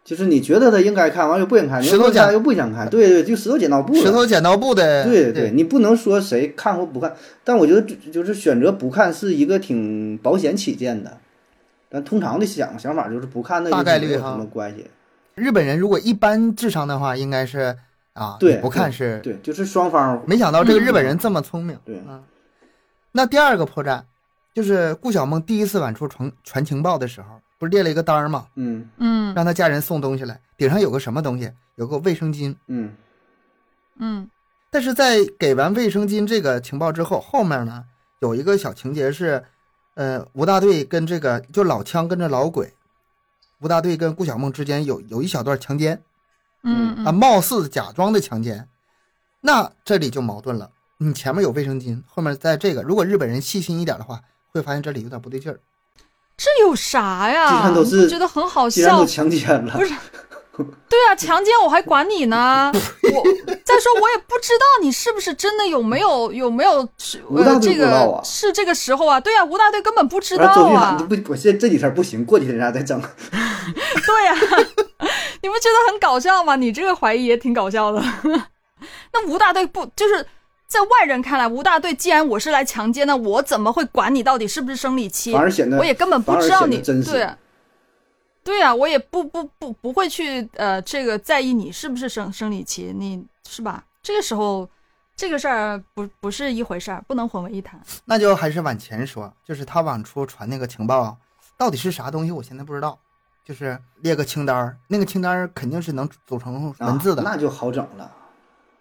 C: 就是你觉得他应该看，完又不想看，你
A: 石头
C: 又
A: 剪
C: 看又不想看，对对，就石头剪刀布了。
A: 石头剪刀布的，
C: 对对，你不能说谁看或不看，但我觉得就就是选择不看是一个挺保险起见的。咱通常的想想法就是不看那
A: 大概率
C: 没有
A: 哈
C: 什么关系。
A: 日本人如果一般智商的话，应该是啊，
C: 对
A: 你不看是
C: 对，就是双方
A: 没想到这个日本人这么聪明。
C: 对
A: 嗯。那第二个破绽就是顾晓梦第一次晚出传传情报的时候，不是列了一个单儿吗？
C: 嗯
B: 嗯
A: 让他家人送东西来，顶上有个什么东西，有个卫生巾。
C: 嗯
B: 嗯
A: 但是在给完卫生巾这个情报之后，后面呢有一个小情节是，呃，吴大队跟这个就老枪跟着老鬼，吴大队跟顾晓梦之间有有一小段强奸
B: 嗯
A: 啊，
B: 嗯
A: 貌似假装的强奸，那这里就矛盾了。你前面有卫生巾，后面在这个，如果日本人细心一点的话，会发现这里有点不对劲儿。
B: 这有啥呀？
C: 既然都是
B: 我觉得很好
C: 既然
B: 笑
C: 都，强奸了
B: 不，是对啊，强奸我还管你 呢？我再说我也不知道你是不是真的有没有有没有是
C: 吴大
B: 呃
C: 队
B: 这
C: 不知道
B: 个
C: 啊
B: 是这个时候啊？对啊，吴大队根本不知
C: 我
B: 道
C: 说周俊
B: 啊
C: 涵，。你不，我现在这几天不行，过几天咱再整。
B: 对呀、啊 你不觉得很搞笑吗？你这个怀疑也挺搞笑的。 那吴大队不就是在外人看来，吴大队既然我是来强奸的，我怎么会管你到底是不是生理期
C: 反？而显得
B: 我也根本不知道你
C: 反而显得真实
B: 对。对呀、我也不不不不会去呃，这个在意你是不是生生理期，你是吧？这个时候，这个事儿不不是一回事儿，不能混为一谈。
A: 那就还是往前说，就是他往出传那个情报到底是啥东西，我现在不知道。就是列个清单儿，那个清单儿肯定是能组成文字的。
C: 啊，那就好整了，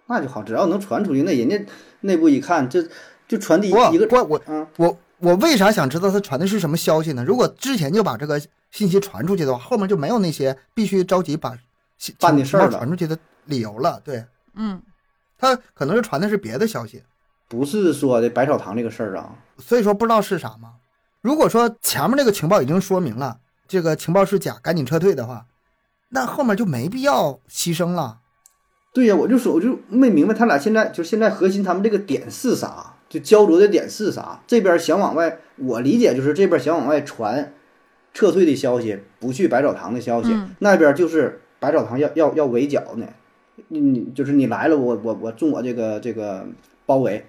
C: 那就好，只要能传出去，那人家内部一看，就就传递
A: 我
C: 一个，
A: 我我
C: 嗯，
A: 我我为啥想知道他传的是什么消息呢？如果之前就把这个信息传出去的话，后面就没有那些必须着急把信
C: 办的事儿
A: 情
C: 了
A: 报传出去的理由了。对
B: 嗯，
A: 他可能是传的是别的消息，
C: 不是说的百草堂这个事儿啊，
A: 所以说不知道是啥吗？如果说前面那个情报已经说明了这个情报是假，赶紧撤退的话，那后面就没必要牺牲了。
C: 对呀、我就说，我就没明白他俩现在就现在核心他们这个点是啥，就焦灼的点是啥？这边想往外，我理解就是这边想往外传撤退的消息，不去百草堂的消息，
B: 嗯
C: 那边就是百草堂要要要围剿呢，你你就是你来了，我我我中我这个这个包围。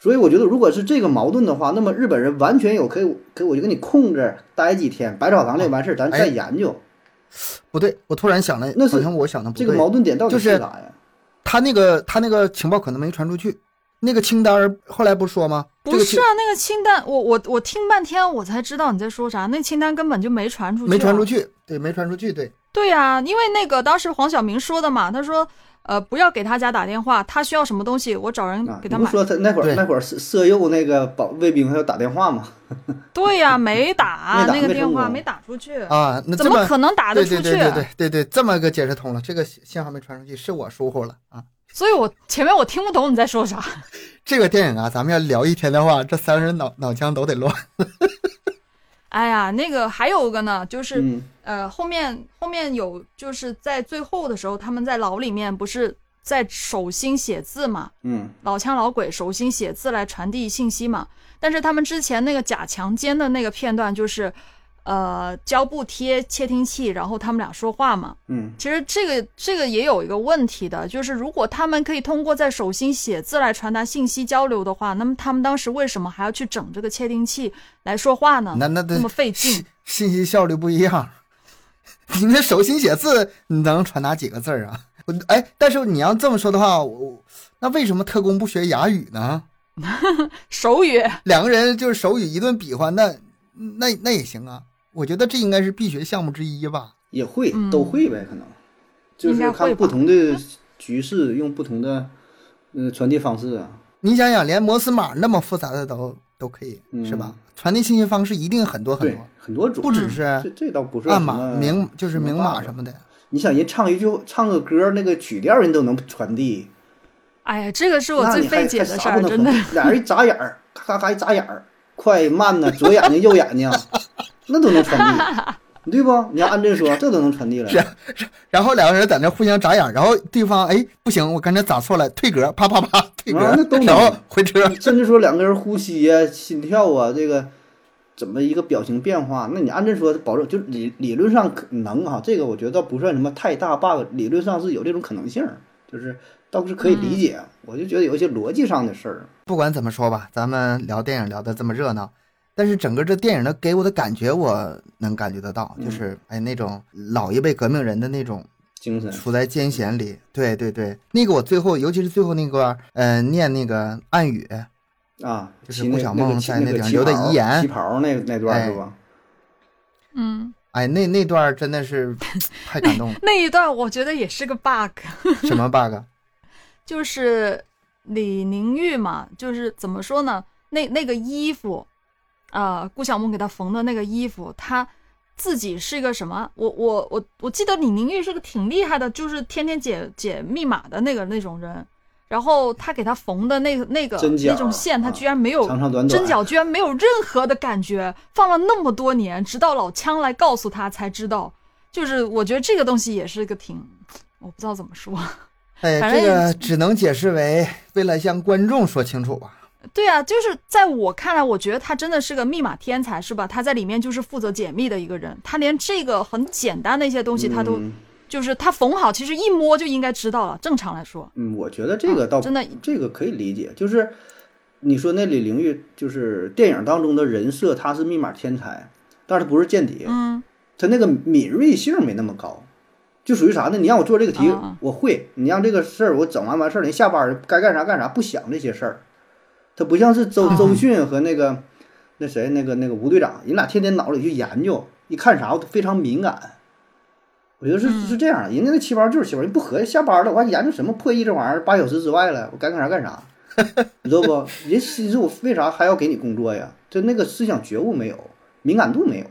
C: 所以我觉得，如果是这个矛盾的话，那么日本人完全有可以，可以我就给你控制待几天，百草堂这完事儿咱再
A: 哎
C: 研究。
A: 不对，我突然想了，
C: 那是
A: 好像我想的不
C: 这
A: 对。
C: 个矛盾点到底
A: 就是
C: 是啥呀？
A: 他那个他那个情报可能没传出去，那个清单儿后来不是说吗？这
B: 不
A: 个
B: 是
A: 清
B: 啊，那个清单，我我我听半天，我才知道你在说啥。那清单根本就没传出去、啊
A: 没传出。去，对，没传出去，对，
B: 对呀、因为那个当时黄晓明说的嘛，他说，呃，不要给他家打电话，他需要什么东西，我找人
C: 啊，
B: 嗯给他
C: 你
B: 买
C: 不。说他那会
A: 对
C: 儿那会儿色色诱那个保卫兵还要打电话吗？
B: 对呀、没打
C: 没打
B: 那个
C: 没
B: 电
C: 成
B: 话，
C: 功
B: 没打出去，
A: 啊，那
B: 怎
A: 这么
B: 么可能打得
A: 对
B: 出去
A: 对？对
B: 啊
A: 对对对对，这么个解释通了，这个信信号没传出去，是我疏忽了啊。
B: 所以我前面我听不懂你在说啥。
A: 这个电影啊，咱们要聊一天的话，这三个人脑脑浆都得乱。
B: 哎呀，那个还有个呢，就是、
C: 嗯，
B: 呃，后面后面有就是在最后的时候，他们在牢里面不是在手心写字嘛，
C: 嗯，
B: 老枪老鬼手心写字来传递信息嘛。但是他们之前那个假强奸的那个片段，就是呃胶布贴窃听器，然后他们俩说话嘛。
C: 嗯，
B: 其实这个这个也有一个问题的，就是如果他们可以通过在手心写字来传达信息交流的话，那么他们当时为什么还要去整这个窃听器来说话呢？
A: 那那
B: 那
A: 那
B: 么费劲
A: 信。信息效率不一样。 你那手心写字，你能传达几个字儿啊？我哎，但是你要这么说的话，我我那为什么特工不学哑语呢？
B: 手语，
A: 两个人就是手语一顿比划，那那那也行啊。我觉得这应该是必学项目之一吧。
C: 也会
B: 嗯
C: 都会呗，可能就
B: 应该
C: 是
B: 会
C: 看
B: 吧
C: 不同的局势用不同的呃传递方式啊。
A: 你想想，连摩斯码那么复杂的都都可以，是吧？传递信息方式一定很多很
C: 对
A: 多，，
C: 很多种，
A: 哦
C: 嗯
A: 不只是
C: 这这倒不是
A: 暗
C: 什
A: 码、
C: 么
A: 明就是明码
C: 什
A: 什
C: 么
A: 么的。
C: 办法。你想人唱一句唱个歌，那个曲调人都能传递，
B: 哎呀，这个是
C: 那
B: 我最
C: 你还
B: 费解
C: 还
B: 的
C: 啥
B: 事
C: 不
B: 儿，
C: 能
B: 真的
C: 传。递俩人一眨眼儿，咔咔咔一眨眼儿，快慢呢，左眼睛右眼睛，那都能传 递，对不？你要按这说，这都能传递了。
A: 然后两个人在那互相眨眼，然后对方哎不行，我刚才咋错了，退格，啪啪啪退格，
C: 啊那都能
A: 然后回车。
C: 甚至说两个人呼吸呀、心跳啊，这个怎么一个表情变化？那你按这说，保证就理理论上可能哈、这个我觉得倒不算什么太大 bug，理论上是有这种可能性，就是倒是可以
B: 嗯
C: 理解。我就觉得有一些逻辑上的事儿，
A: 不管怎么说吧，咱们聊电影聊得这么热闹，但是整个这电影的给我的感觉，我能感觉得到，
C: 嗯
A: 就是哎那种老一辈革命人的那种
C: 精神，
A: 处在艰险里。对对对，那个我最后，尤其是最后那段，呃，念那个暗语，
C: 啊，
A: 就是
C: 骑
A: 顾
C: 那
A: 晓
C: 那个
A: 梦
C: 旗
A: 在那
C: 个
A: 顶
C: 旗
A: 留的
C: 袍
A: 遗言
C: 旗袍那那段是吧？
B: 嗯，
A: 哎，那那段真的 是太感动了。
B: 那一段我觉得也是个 bug，
A: 什么 bug？
B: 就是李宁玉嘛，就是怎么说呢？那那个衣服，啊，顾晓梦给她缝的那个衣服，她自己是一个什么？我我我我记得李宁玉是个挺厉害的，就是天天解解密码的那个那种人。然后她给她缝的那个那个
C: 针脚
B: 那种线，她
C: 啊
B: 居然没有
C: 长长短短
B: 针脚居然没有任何的感觉，放了那么多年，直到老枪来告诉他才知道。就是我觉得这个东西也是个挺，我不知道怎么说。
A: 哎，
B: 反
A: 这
B: 正
A: 个只能解释为为了向观众说清楚吧。
B: 对啊，就是在我看来，我觉得他真的是个密码天才，是吧？他在里面就是负责解密的一个人，他连这个很简单的一些东西，他都、
C: 嗯
B: 就是他缝好，其实一摸就应该知道了。正常来说，啊
C: 嗯，我觉得这个倒
B: 真的
C: 这个可以理解，就是你说那李玲玉就是电影当中的人设，她是密码天才，但是她不是间谍，
B: 嗯，
C: 她那个敏锐性没那么高，就属于啥呢？你让我做这个题
B: 啊，
C: 我会；你让这个事儿我整完完事儿，人下班儿该干啥干啥，不想这些事儿。他不像是周
B: 啊
C: 周迅和那个那谁那个那个吴队长，人俩天天脑里去研究，一看啥我都非常敏感。我觉得是是这样的，人家那旗袍就是旗袍，人不合计下班了，我还研究什么破译这玩意儿？八小时之外了，我该干啥干啥，你知道不？人心说我为啥还要给你工作呀？就那个思想觉悟没有，敏感度没有，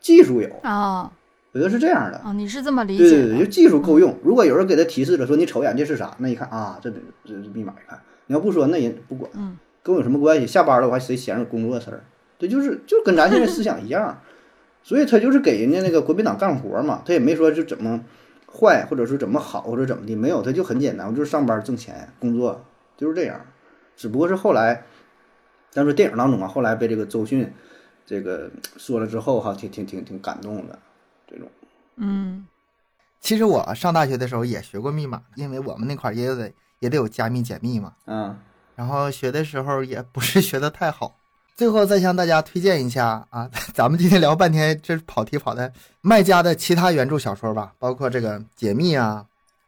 C: 技术有，
B: 啊
C: 我觉得是这样的。
B: 啊，你是这么理
C: 对
B: 解
C: 对
B: 的？
C: 对，就技术够用。如果有人给他提示了，说你瞅一眼这是啥，那一看啊，这这这密码一看，你要不说那人不管，
B: 嗯，
C: 跟我有什么关系？下班了我还谁闲着工作事儿？这就是就跟咱现在思想一样，所以他就是给人家那个国民党干活嘛，他也没说就怎么坏，或者说怎么好，或者怎么的，没有，他就很简单，我就是上班挣钱，工作就是这样。只不过是后来，咱说电影当中啊，后来被这个周迅这个说了之后哈，挺挺挺挺感动的这种。
B: 嗯
A: 其实我上大学的时候也学过密码，因为我们那块儿也有得也得有加密解密嘛。
C: 啊，
A: 然后学的时候也不是学的太好。最后再向大家推荐一下啊，咱们今天聊半天，这跑题跑的麦家的其他原著小说吧，包括这个解密啊、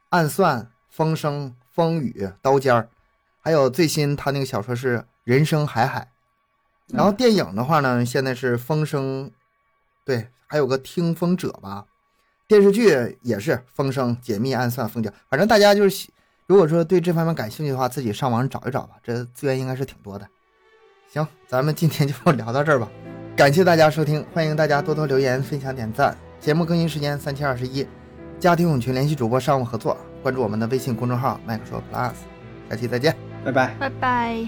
A: 暗算、风声、风雨、刀尖儿，还有最新他那个小说是《人生海海》，然后电影的话呢，现在是《风声》，对，还有个《听风者》吧，电视剧也是《风声》解密暗算风景，反正大家就是喜如果说对这方面感兴趣的话，自己上网找一找吧，这资源应该是挺多的。行，咱们今天就 聊到这儿吧，感谢大家收听，欢迎大家多多留言、分享、点赞。节目更新时间三七二十一，家庭泳群联系主播商务合作，关注我们的微信公众号“麦克说 Plus”，下期再见。
C: 拜拜。
B: 拜拜。